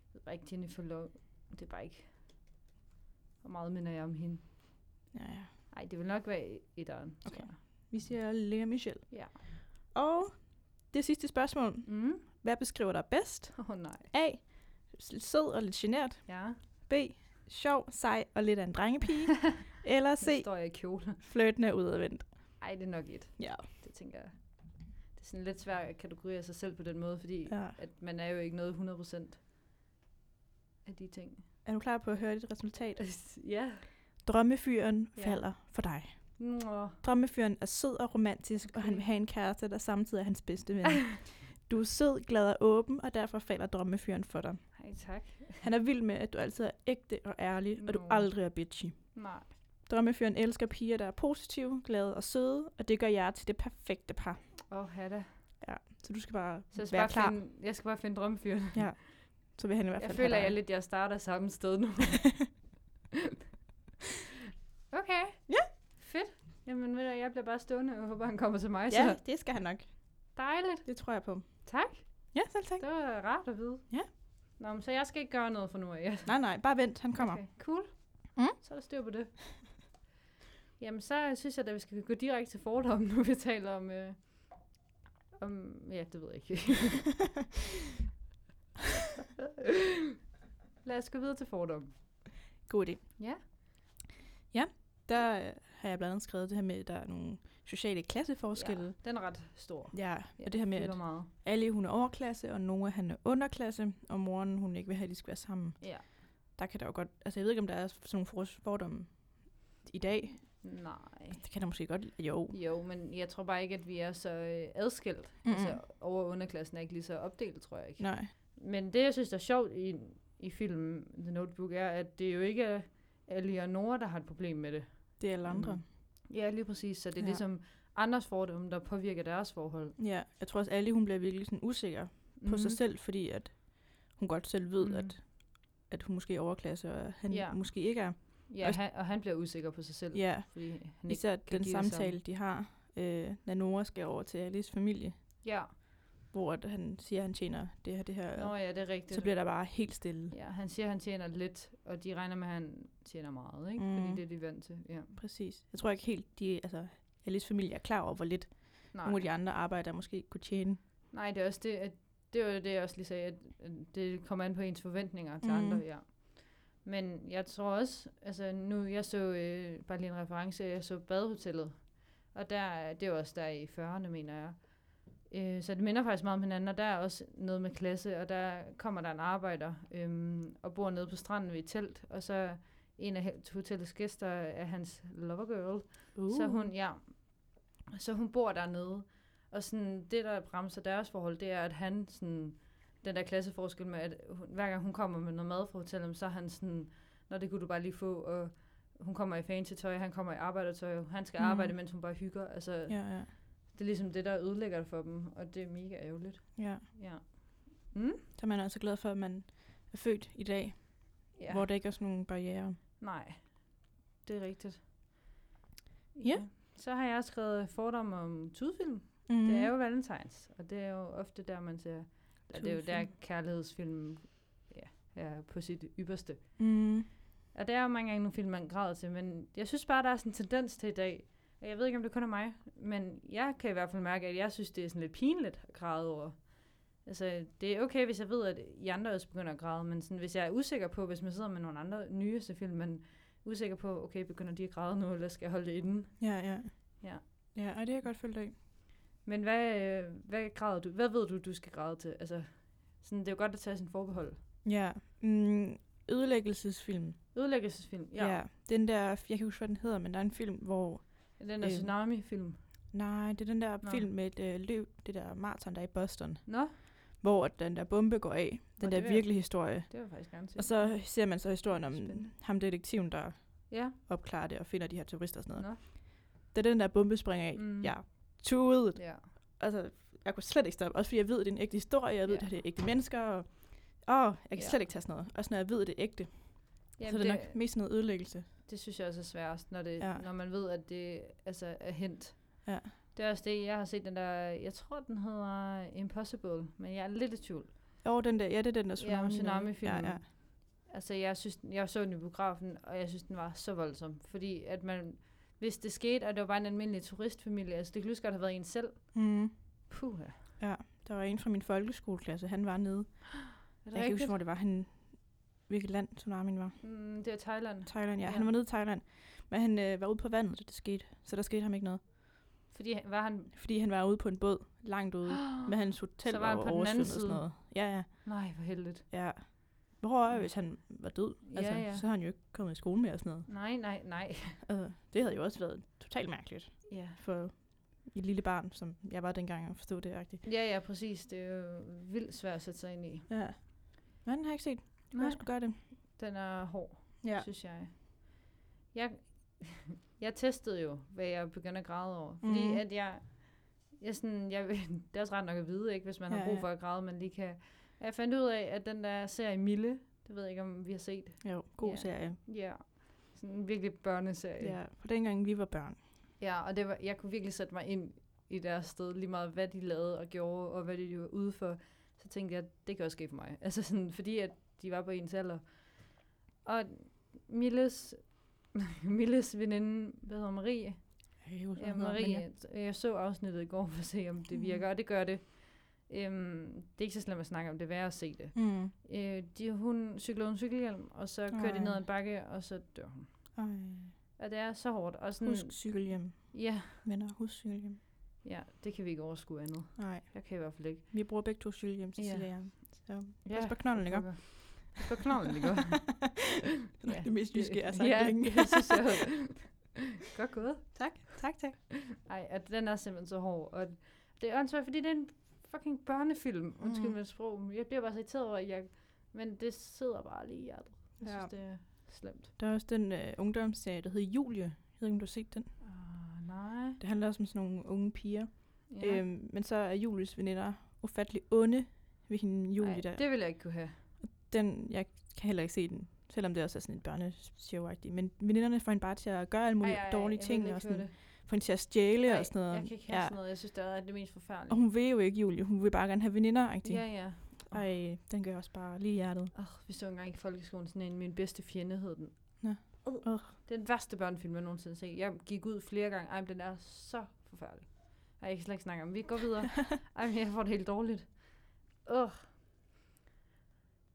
Speaker 2: Jeg ved bare ikke, Jennifer Love... Det er bare ikke... Hvor meget minder jeg om hende?
Speaker 3: Ja, ja.
Speaker 2: Nej, det vil nok være etteren,
Speaker 3: Okay.
Speaker 2: tror jeg.
Speaker 3: Vi siger Lea Michelle.
Speaker 2: Ja.
Speaker 3: Og det sidste spørgsmål.
Speaker 2: Mm.
Speaker 3: Hvad beskriver dig bedst?
Speaker 2: Åh oh, nej.
Speaker 3: A. Sød og lidt genert.
Speaker 2: Ja,
Speaker 3: B. Sjov, sej og lidt af en drengepige. Eller
Speaker 2: så
Speaker 3: C.
Speaker 2: står jeg i kjole.
Speaker 3: Flirten er udadvendt.
Speaker 2: Ej, det er nok et.
Speaker 3: Ja.
Speaker 2: Det tænker jeg. Det er sådan lidt svært at kategorisere sig selv på den måde, fordi ja.
Speaker 3: ja.
Speaker 2: at man er jo ikke noget 100% af de ting.
Speaker 3: Er du klar på at høre dit resultat?
Speaker 2: ja.
Speaker 3: Drømmefyren
Speaker 2: Ja.
Speaker 3: falder for dig.
Speaker 2: Nå.
Speaker 3: Drømmefyren er sød og romantisk, og han vil
Speaker 2: Okay.
Speaker 3: have en kæreste, der samtidig er hans bedste ven. Du er sød, glad og åben, og derfor falder drømmefyren for dig.
Speaker 2: Ej, tak.
Speaker 3: Han er vild med, at du altid er ægte og ærlig, og du
Speaker 2: Nå.
Speaker 3: aldrig er bitchy.
Speaker 2: Nej.
Speaker 3: Drømmefyren elsker piger, der er positive, glade og søde, og det gør jer til det perfekte par.
Speaker 2: Åh, oh, da.
Speaker 3: Så du skal bare
Speaker 2: Så jeg skal,
Speaker 3: være
Speaker 2: bare
Speaker 3: klar,
Speaker 2: finde, jeg skal bare finde drømmefyren.
Speaker 3: så vil han i hvert fald
Speaker 2: Jeg
Speaker 3: have
Speaker 2: føler,
Speaker 3: dig.
Speaker 2: jeg lidt, jeg starter samme sted nu. okay.
Speaker 3: Ja.
Speaker 2: Fedt. Jamen, ved du, jeg bliver bare stående og håber, han kommer til mig.
Speaker 3: Ja,
Speaker 2: Så
Speaker 3: det skal han nok.
Speaker 2: dejligt.
Speaker 3: Det tror jeg på.
Speaker 2: Tak.
Speaker 3: Ja, selv tak.
Speaker 2: Det var rart at vide.
Speaker 3: Ja.
Speaker 2: Nå, men så jeg skal ikke gøre noget for nu af. Okay,
Speaker 3: Nej, nej, bare vent, han kommer. Okay.
Speaker 2: cool.
Speaker 3: Mm.
Speaker 2: Så er der styr på det. Jamen, så synes jeg, at vi skal gå direkte til fordommen, nu vi taler om... Øh, om ja, det ved jeg ikke. Lad os gå videre til fordommen.
Speaker 3: God idé.
Speaker 2: Ja.
Speaker 3: Ja, der øh, har jeg blandt andet skrevet det her med, at der er nogle sociale klasseforskelle.
Speaker 2: Ja, den er ret stor.
Speaker 3: Ja, ja og det her med, at
Speaker 2: fylder meget.
Speaker 3: alle hun er overklasse, og Noah han er underklasse, og moren hun ikke vil have, at de skal være sammen.
Speaker 2: Ja.
Speaker 3: Der kan der jo godt, altså jeg ved ikke, om der er sådan nogle for- fordomme i dag.
Speaker 2: Nej.
Speaker 3: Det kan der måske godt, jo.
Speaker 2: Jo, men jeg tror bare ikke, at vi er så øh, adskilt. Mm-hmm.
Speaker 3: Mm-mm.
Speaker 2: Altså, over- og underklassen er ikke lige så opdelt, tror jeg ikke.
Speaker 3: Nej.
Speaker 2: Men det, jeg synes, der er sjovt i, i filmen The Notebook, er, at det jo ikke er Ali og Nora, der har et problem med det.
Speaker 3: Det er alle andre.
Speaker 2: Ja, lige præcis. Så det er
Speaker 3: Ja.
Speaker 2: ja. ligesom andres fordomme, der påvirker deres forhold.
Speaker 3: Mm. Ja, jeg tror også, alle hun bliver virkelig sådan usikker mm.
Speaker 2: Mm-hmm.
Speaker 3: på sig selv, fordi at hun godt selv ved, mm.
Speaker 2: Mhm.
Speaker 3: at, at hun måske er overklasse, og han
Speaker 2: Ja.
Speaker 3: måske ikke er.
Speaker 2: Ja,
Speaker 3: Også-
Speaker 2: han, og han bliver usikker på sig selv.
Speaker 3: Ja,
Speaker 2: Fordi han ikke,
Speaker 3: især den
Speaker 2: give det
Speaker 3: samtale, de har, øh, når Nora skal over til Alice familie,
Speaker 2: ja.
Speaker 3: hvor at han siger, at han tjener det her, det her,
Speaker 2: Nå ja, det er rigtigt.
Speaker 3: så bliver der bare helt stille.
Speaker 2: Ja, han siger, at han tjener lidt, og de regner med, at han tjener meget, ikke? Mm.
Speaker 3: Mhm.
Speaker 2: Fordi det er de vant til. Ja.
Speaker 3: Præcis. Jeg tror ikke helt, de, altså, Alice familie er klar over, hvor lidt Nej.
Speaker 2: Nej.
Speaker 3: nogle af de andre arbejdere måske kunne tjene.
Speaker 2: Nej, det er også det, at det var jo det, jeg også lige sagde, at at det kommer an på ens forventninger til
Speaker 3: Mhm.
Speaker 2: mm. andre, ja. Men jeg tror også, altså nu, jeg så, øh, bare lige en reference, jeg så Badehotellet, og der, er- det er jo også der i 40'erne, mener jeg. Øh, så det minder faktisk meget om hinanden, og der er også noget med klasse, og der kommer der en arbejder øhm, og bor nede på stranden ved et telt, og så en af he- hotellets gæster er hans lovergirl,
Speaker 3: Uh.
Speaker 2: så hun, ja. Så hun bor dernede. Og sådan, det, der bremser deres forhold, det er, at han sådan, den der klasseforskel med, at hun, hver gang hun kommer med noget mad fra hotellet, så er han sådan, når det kunne du bare lige få, og hun kommer i fancy tøj, han kommer i arbejdertøj, og han skal
Speaker 3: Mhm.
Speaker 2: arbejde, mens hun bare hygger. Altså, ja.
Speaker 3: Ja, ja.
Speaker 2: det er ligesom det, der ødelægger det for dem, og det er mega ærgerligt.
Speaker 3: ja.
Speaker 2: Ja.
Speaker 3: Så er man altså glad for, at man er født i dag, ja.
Speaker 2: ja.
Speaker 3: hvor der ikke er sådan nogle barriere.
Speaker 2: Nej, det er rigtigt.
Speaker 3: Ja.
Speaker 2: Så har jeg skrevet fordomme om tudfilm.
Speaker 3: Mm.
Speaker 2: Det er jo valentines, og det er jo ofte der, man ser... Eller det er jo der,
Speaker 3: Tudefilm.
Speaker 2: kærlighedsfilm ja, er på sit ypperste.
Speaker 3: Mm.
Speaker 2: Og der er jo mange gange nogle film, man græder til, men jeg synes bare, der er sådan en tendens til i dag, og jeg ved ikke, om det kun er mig, men jeg kan i hvert fald mærke, at jeg synes, det er sådan lidt pinligt at græde over. Altså, det er okay, hvis jeg ved, at I andre også begynder at græde, men sådan, hvis jeg er usikker på, hvis man sidder med nogle andre nyeste film, men usikker på, okay, begynder de at græde nu, eller skal jeg holde det inde?
Speaker 3: Ja, ja.
Speaker 2: Ja.
Speaker 3: Ja, og det har jeg godt følt af.
Speaker 2: Men hvad, øh, hvad græder du? Hvad ved du, du skal græde til? Altså, sådan, det er jo godt at tage sin forbehold.
Speaker 3: Ja. Mm. Ødelæggelsesfilm.
Speaker 2: Ødelæggelsesfilm, ja.
Speaker 3: ja. Den der, jeg kan ikke huske, hvad den hedder, men der er en film, hvor...
Speaker 2: Den der
Speaker 3: Øh.
Speaker 2: tsunami-film. nej.
Speaker 3: Nej, det er den der
Speaker 2: Nå.
Speaker 3: Nå. film med et øh, løb, det der maraton, der er i Boston,
Speaker 2: Nå,
Speaker 3: hvor at den der bombe går af. Den
Speaker 2: det
Speaker 3: der
Speaker 2: vil jeg-
Speaker 3: virkelige historie.
Speaker 2: det var faktisk gerne til.
Speaker 3: Og så ser man så historien om
Speaker 2: Spændende.
Speaker 3: ham detektiven, der
Speaker 2: Ja,
Speaker 3: opklarer det og finder de her terrorister og sådan noget.
Speaker 2: nå.
Speaker 3: Da den der bombe springer af,
Speaker 2: Mm.
Speaker 3: mm. jeg tudede
Speaker 2: Ja.
Speaker 3: altså, jeg kunne slet ikke stoppe. Også fordi jeg ved, det er en ægte historie, jeg ved,
Speaker 2: Ja.
Speaker 3: ja. det her det er ægte mennesker, og åh, jeg kan
Speaker 2: Ja.
Speaker 3: ja. slet ikke tage sådan noget. Også når jeg ved, det er ægte.
Speaker 2: Jamen,
Speaker 3: så er
Speaker 2: det,
Speaker 3: det, det nok mest noget ødelæggelse.
Speaker 2: det synes jeg også er sværest, når, det, ja.
Speaker 3: Ja.
Speaker 2: når man ved, at det altså, er hent.
Speaker 3: Ja.
Speaker 2: Det er også det, jeg har set den der, jeg tror, den hedder Impossible, men jeg er lidt i tvivl.
Speaker 3: Og den der, ja, det er den der tsunami.
Speaker 2: Ja,
Speaker 3: noget.
Speaker 2: tsunami-filmen.
Speaker 3: Ja, ja.
Speaker 2: Altså, jeg, synes, jeg så den i biografen, og jeg synes, den var så voldsom. Fordi at man, hvis det skete, og det var bare en almindelig turistfamilie, altså det kunne lige så godt have været en selv.
Speaker 3: Mm.
Speaker 2: Puh, er
Speaker 3: Der var en fra min folkeskoleklasse, han var nede.
Speaker 2: det
Speaker 3: Jeg kan ikke huske,
Speaker 2: rigtigt?
Speaker 3: hvor det var, han, hvilket land tsunamien var.
Speaker 2: Mm, det er Thailand.
Speaker 3: Thailand, ja.
Speaker 2: Ja.
Speaker 3: ja. Han var nede i Thailand. Men han øh, var ude på vandet, da det skete. Så der skete ham ikke noget.
Speaker 2: Fordi han- var han...
Speaker 3: Fordi han var ude på en båd, langt ude. Men hans hotel
Speaker 2: Så var
Speaker 3: var,
Speaker 2: han på den anden
Speaker 3: oversvømmet og
Speaker 2: side.
Speaker 3: sådan noget. Ja, ja.
Speaker 2: Nej, hvor heldigt.
Speaker 3: Ja. Hvor er, hvis han var død?
Speaker 2: Ja,
Speaker 3: Altså,
Speaker 2: ja.
Speaker 3: Så har han jo ikke kommet i skole mere og sådan noget.
Speaker 2: Nej, nej, nej.
Speaker 3: Altså, det havde jo også været totalt mærkeligt
Speaker 2: Ja.
Speaker 3: for et lille barn, som jeg var dengang og forstod det rigtigt.
Speaker 2: Ja, ja, præcis. Det er jo vildt svært at sætte sig ind i.
Speaker 3: Ja. Men den har jeg ikke set. Nej. Jeg skulle gøre det.
Speaker 2: den er hård, ja.
Speaker 3: Ja.
Speaker 2: synes jeg. Jeg, jeg testede jo, hvad jeg begyndte at græde over. Fordi
Speaker 3: Mhm.
Speaker 2: at jeg, jeg, sådan, jeg, det er også ret nok at vide, ikke, hvis man ja,
Speaker 3: Ja,
Speaker 2: har brug
Speaker 3: ja.
Speaker 2: for at græde, man lige kan... Og Jeg fandt ud af, at den der serie Mille, det ved jeg ikke, om vi har set.
Speaker 3: Jo, god
Speaker 2: Ja.
Speaker 3: ja. serie.
Speaker 2: Ja, sådan en virkelig børneserie.
Speaker 3: Ja, for dengang vi var børn.
Speaker 2: Ja, og det var, jeg kunne virkelig sætte mig ind i deres sted, lige meget hvad de lavede og gjorde, og hvad de var ude for. Så tænkte jeg, det kan også ske for mig. Altså sådan, fordi at de var på ens alder. Og Milles, Milles veninde, hvad hedder hun, Marie?
Speaker 3: Jeg kan huske,
Speaker 2: Ja,
Speaker 3: hvad hun hedder, men
Speaker 2: Marie. Jeg så afsnittet i går for at se, om det
Speaker 3: Mhm.
Speaker 2: virker, og det gør det. Øhm, det er ikke så slemt at snakke om, det er værre at se det.
Speaker 3: ja. Mm.
Speaker 2: Øh, de, hun cykler uden cykelhjelm, og så kører de
Speaker 3: Ej.
Speaker 2: ned ad en bakke, og så dør hun.
Speaker 3: Ej.
Speaker 2: Og det er så hårdt. Og sådan,
Speaker 3: Husk cykelhjem.
Speaker 2: Ja,
Speaker 3: Venner, husk cykelhjem.
Speaker 2: ja, det kan vi ikke overskue andet.
Speaker 3: Nej,
Speaker 2: Jeg kan i hvert fald ikke.
Speaker 3: vi bruger begge to cykelhjem til
Speaker 2: Ja.
Speaker 3: ja. Så ja. pas på knolden, ikke?
Speaker 2: Pas på knolden, ikke?
Speaker 3: Det er det mest jyske, jeg har sagt
Speaker 2: Ja,
Speaker 3: længe.
Speaker 2: det synes jeg også. Godt gået.
Speaker 3: Tak, tak, tak.
Speaker 2: Ej, at den er simpelthen så hård. Og det er åndssvagt, fordi det er en fucking børnefilm. Undskyld
Speaker 3: Mhm.
Speaker 2: mit sprog. men Jeg bliver bare så irriteret over, at jeg... Men det sidder bare lige i hjertet. Jeg
Speaker 3: Ja.
Speaker 2: synes, det er slemt.
Speaker 3: Der er også den øh, ungdomsserie, der hedder Julie. Jeg ved ikke, om du har set den. Ah,
Speaker 2: Åh, nej.
Speaker 3: Det handler også om sådan nogle unge piger.
Speaker 2: Ja.
Speaker 3: Ja. Øhm, men så er Julies veninder ufattelig onde ved hende Julie
Speaker 2: Ej,
Speaker 3: der.
Speaker 2: det vil jeg ikke kunne have.
Speaker 3: Den, jeg kan heller ikke se den, selvom det også er sådan et børneshow -agtigt. Men veninderne får hende bare til at gøre alle mulige ej, ej, dårlige
Speaker 2: jeg vil
Speaker 3: ting,
Speaker 2: ikke
Speaker 3: og
Speaker 2: høre
Speaker 3: sådan,
Speaker 2: det.
Speaker 3: får hende til at stjæle
Speaker 2: Ej,
Speaker 3: og sådan noget.
Speaker 2: Jeg kan ikke have sådan noget. Jeg synes, det er det mest forfærdelige.
Speaker 3: Og hun vil jo ikke Julie, hun vil bare gerne have veninder. Ja.
Speaker 2: Ja, ja.
Speaker 3: Ej, den gør også bare lige i hjertet.
Speaker 2: Oh, vi så engang i folkeskolen sådan en, min bedste fjende hed den.
Speaker 3: Nå.
Speaker 2: Uh.
Speaker 3: Ugh.
Speaker 2: Den værste børnefilm, jeg nogensinde har set. Jeg gik ud flere gange. Ej, men den er så forfærdelig. Ej, jeg kan slet ikke snakke om den. Vi går videre. Ej, men jeg får det helt dårligt. Åh.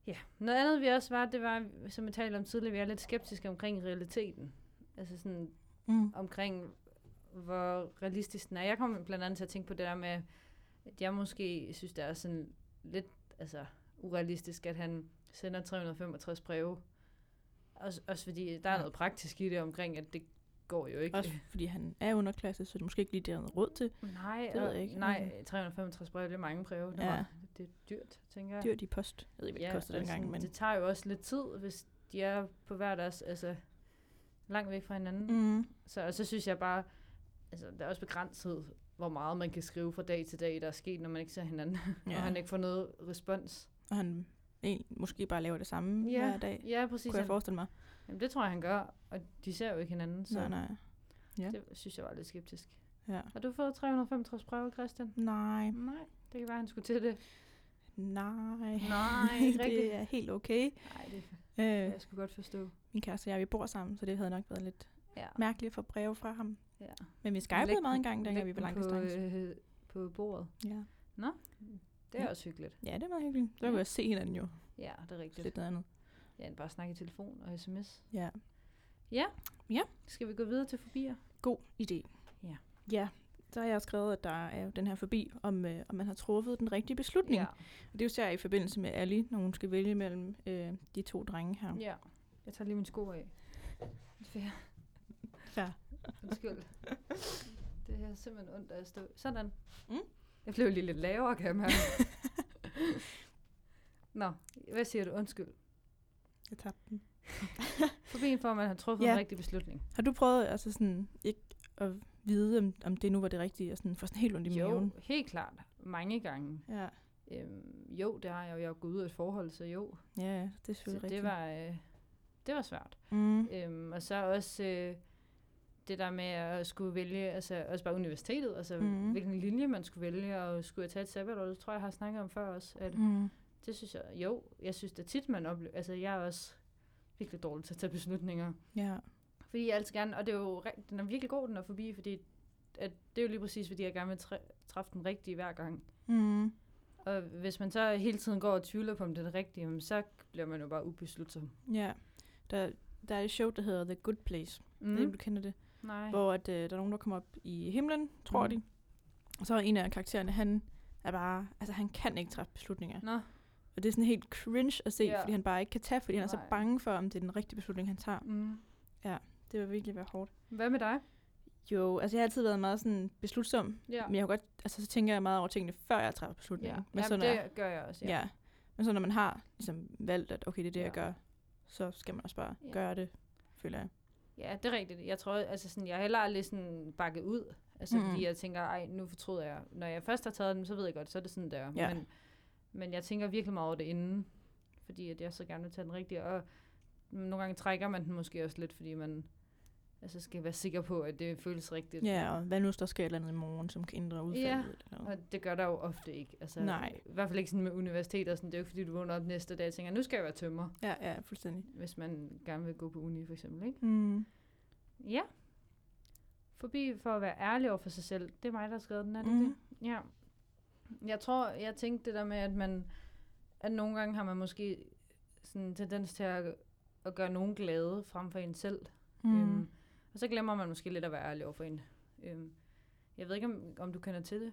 Speaker 2: Ja, noget andet vi også var, det var, som vi talte om tidligere, vi er lidt skeptiske omkring realiteten. Altså sådan,
Speaker 3: Mm.
Speaker 2: omkring, hvor realistisk den er. Jeg kom blandt andet til at tænke på det der med, at jeg måske synes, det er sådan lidt altså, urealistisk, at han sender 365 breve. Også, også fordi der er noget praktisk i det omkring, at det går jo ikke.
Speaker 3: Også fordi han er underklasse, så det er måske ikke lige det, han har råd til.
Speaker 2: nej,
Speaker 3: det ved
Speaker 2: og-
Speaker 3: jeg ikke.
Speaker 2: nej, 365 breve, det er mange breve. Det,
Speaker 3: Ja.
Speaker 2: ja. det er dyrt, tænker jeg.
Speaker 3: Dyrt i post. Jeg ved ikke, hvad det koster
Speaker 2: og
Speaker 3: dengang,
Speaker 2: sådan,
Speaker 3: men...
Speaker 2: Det tager jo også lidt tid, hvis de er på hver deres, altså langt væk fra hinanden.
Speaker 3: Mm.
Speaker 2: Så, og så synes jeg bare, altså, der er også begrænset, hvor meget man kan skrive fra dag til dag, der er sket, når man ikke ser hinanden, ja. og han ikke får noget respons.
Speaker 3: og han egentlig måske bare laver det samme Mm, hver dag,
Speaker 2: ja præcis.
Speaker 3: kunne jeg
Speaker 2: Han,
Speaker 3: forestille mig.
Speaker 2: jamen, det tror jeg, han gør, og de ser jo ikke hinanden, så
Speaker 3: Nej, nej. ja.
Speaker 2: det synes jeg var lidt skeptisk.
Speaker 3: Ja.
Speaker 2: Har du fået 365 breve, Christian?
Speaker 3: Nej,
Speaker 2: Nej, det kan være, han skulle til det.
Speaker 3: nej.
Speaker 2: Nej, ikke rigtigt.
Speaker 3: det er helt okay.
Speaker 2: Nej, det
Speaker 3: Øh,
Speaker 2: jeg skulle godt forstå.
Speaker 3: min kæreste og jeg, vi bor sammen, så det havde nok været lidt
Speaker 2: Ja.
Speaker 3: mærkeligt at få breve fra ham.
Speaker 2: Ah. Ja.
Speaker 3: Men vi skypede
Speaker 2: Læg-
Speaker 3: meget engang, dengang
Speaker 2: Læg
Speaker 3: vi var
Speaker 2: den
Speaker 3: langt
Speaker 2: på,
Speaker 3: distance.
Speaker 2: øh, på bordet.
Speaker 3: Ja.
Speaker 2: Det er
Speaker 3: Ja.
Speaker 2: også hyggeligt.
Speaker 3: ja, det var hyggeligt. Så
Speaker 2: Ja.
Speaker 3: kunne jeg se hinanden jo.
Speaker 2: Ja, det er
Speaker 3: Det.
Speaker 2: rigtigt.
Speaker 3: Lidt noget andet.
Speaker 2: Ja, end bare at snakke i telefon og sms.
Speaker 3: Ja.
Speaker 2: Skal vi gå videre til fobier?
Speaker 3: God idé.
Speaker 2: Ja.
Speaker 3: Ja, så har jeg skrevet, at der er jo den her forbi, om, øh, om man har truffet den rigtige beslutning. Og Det er jo især i forbindelse med Ali, når hun skal vælge mellem øh, de to drenge her.
Speaker 2: Ja. Jeg tager lige mine sko af. Fair.
Speaker 3: Ja.
Speaker 2: Undskyld. Det her er simpelthen ondt at stå. Sådan.
Speaker 3: Mm.
Speaker 2: Jeg blev lige lidt lavere, kan jeg mærke. Nå, hvad siger du? Undskyld.
Speaker 3: Jeg tabte den.
Speaker 2: Forbi for, at man har truffet
Speaker 3: Ja.
Speaker 2: en rigtig beslutning.
Speaker 3: Har du prøvet altså sådan, ikke at vide, om, om det nu var det rigtige, og sådan, får sådan helt ondt i maven?
Speaker 2: helt klart. Mange gange.
Speaker 3: Ja.
Speaker 2: Øhm, jo, det har jeg jo. Jeg er jo gået ud af et forhold, så jo.
Speaker 3: ja, det er
Speaker 2: Så
Speaker 3: selvfølgelig rigtigt.
Speaker 2: det var, øh, det var svært.
Speaker 3: Mm.
Speaker 2: Øhm, og så også øh, det der med at skulle vælge, altså også bare universitetet, altså
Speaker 3: Mhm.
Speaker 2: mm. hvilken linje man skulle vælge, og skulle jeg tage et sabbatår, det tror jeg, jeg har snakket om før også, at mm.
Speaker 3: Mm.
Speaker 2: det synes jeg, jo, jeg synes det tit, man oplever, altså jeg er også virkelig dårlig til at tage beslutninger,
Speaker 3: Ja.
Speaker 2: fordi jeg altid gerne, og det er jo, ri- den er virkelig god, den er forbi, fordi at det er jo lige præcis, fordi jeg gerne vil træ- træffe den rigtige hver gang.
Speaker 3: Mm.
Speaker 2: Og hvis man så hele tiden går og tvivler på, om det er det rigtige, jamen, så bliver man jo bare ubeslutsom.
Speaker 3: Ja. Der, der er et show, der hedder The Good Place. Mm. Jeg ved ikke, om
Speaker 2: Mm.
Speaker 3: du kender det.
Speaker 2: Nej.
Speaker 3: Hvor at, øh, der er nogen, der kommer op i himlen, tror
Speaker 2: Mhm.
Speaker 3: de. Og så er en af karaktererne, han er bare, altså han kan ikke træffe beslutninger.
Speaker 2: Nå,
Speaker 3: Og det er sådan helt cringe at se,
Speaker 2: Ja.
Speaker 3: fordi han bare ikke kan tage, fordi han er så
Speaker 2: Nej.
Speaker 3: bange for, om det er den rigtige beslutning, han tager.
Speaker 2: mm.
Speaker 3: Det vil virkelig være hårdt.
Speaker 2: Hvad med dig?
Speaker 3: Jo, altså jeg har altid været meget sådan beslutsom,
Speaker 2: Ja.
Speaker 3: Men jeg kunne godt, altså så tænker jeg meget over tingene, før jeg træffer beslutningen.
Speaker 2: Ja,
Speaker 3: Men
Speaker 2: men
Speaker 3: så,
Speaker 2: Jamen,
Speaker 3: når
Speaker 2: det
Speaker 3: jeg,
Speaker 2: gør jeg også,
Speaker 3: ja.
Speaker 2: ja.
Speaker 3: ja. Men så når man har ligesom, valgt, at okay, det er det, jeg
Speaker 2: Ja.
Speaker 3: gør, så skal man også bare
Speaker 2: Ja.
Speaker 3: gøre det, føler jeg.
Speaker 2: Ja, det er rigtigt. Jeg tror, altså sådan, jeg har heller aldrig sådan bakket ud, altså
Speaker 3: Mm.
Speaker 2: mm. fordi jeg tænker, ej, nu fortryder jeg. Når jeg først har taget den, så ved jeg godt, så er det sådan der.
Speaker 3: Ja.
Speaker 2: Men, men jeg tænker virkelig meget over det inden, fordi at jeg så gerne vil tage den rigtige, og nogle gange trækker man den måske også lidt, fordi man altså skal være sikker på, at det føles rigtigt.
Speaker 3: Ja, og hvad nu, hvis der sker et eller andet i morgen, som kan ændre udfaldet?
Speaker 2: Ja.
Speaker 3: Eller noget.
Speaker 2: Og det gør der jo ofte ikke. Altså,
Speaker 3: Nej.
Speaker 2: I hvert fald ikke sådan med universitet og sådan. Det er jo ikke, fordi du vågner op næste dag og tænker, nu skal jeg være tømmer,
Speaker 3: Ja, ja, fuldstændig.
Speaker 2: hvis man gerne vil gå på uni for eksempel, ikke?
Speaker 3: Mm.
Speaker 2: Ja. Forbi for at være ærlig over for sig selv. Det er mig, der har skrevet den, er det
Speaker 3: Mhm.
Speaker 2: mm. det? Ja. Jeg tror, jeg tænkte det der med, at man, at nogle gange har man måske sådan en tendens til at, at gøre nogen glade frem for en selv. Mm.
Speaker 3: Mhm.
Speaker 2: Øhm, og så glemmer man måske lidt at være ærlig over for en. Øhm, jeg ved ikke, om, om du kender til det.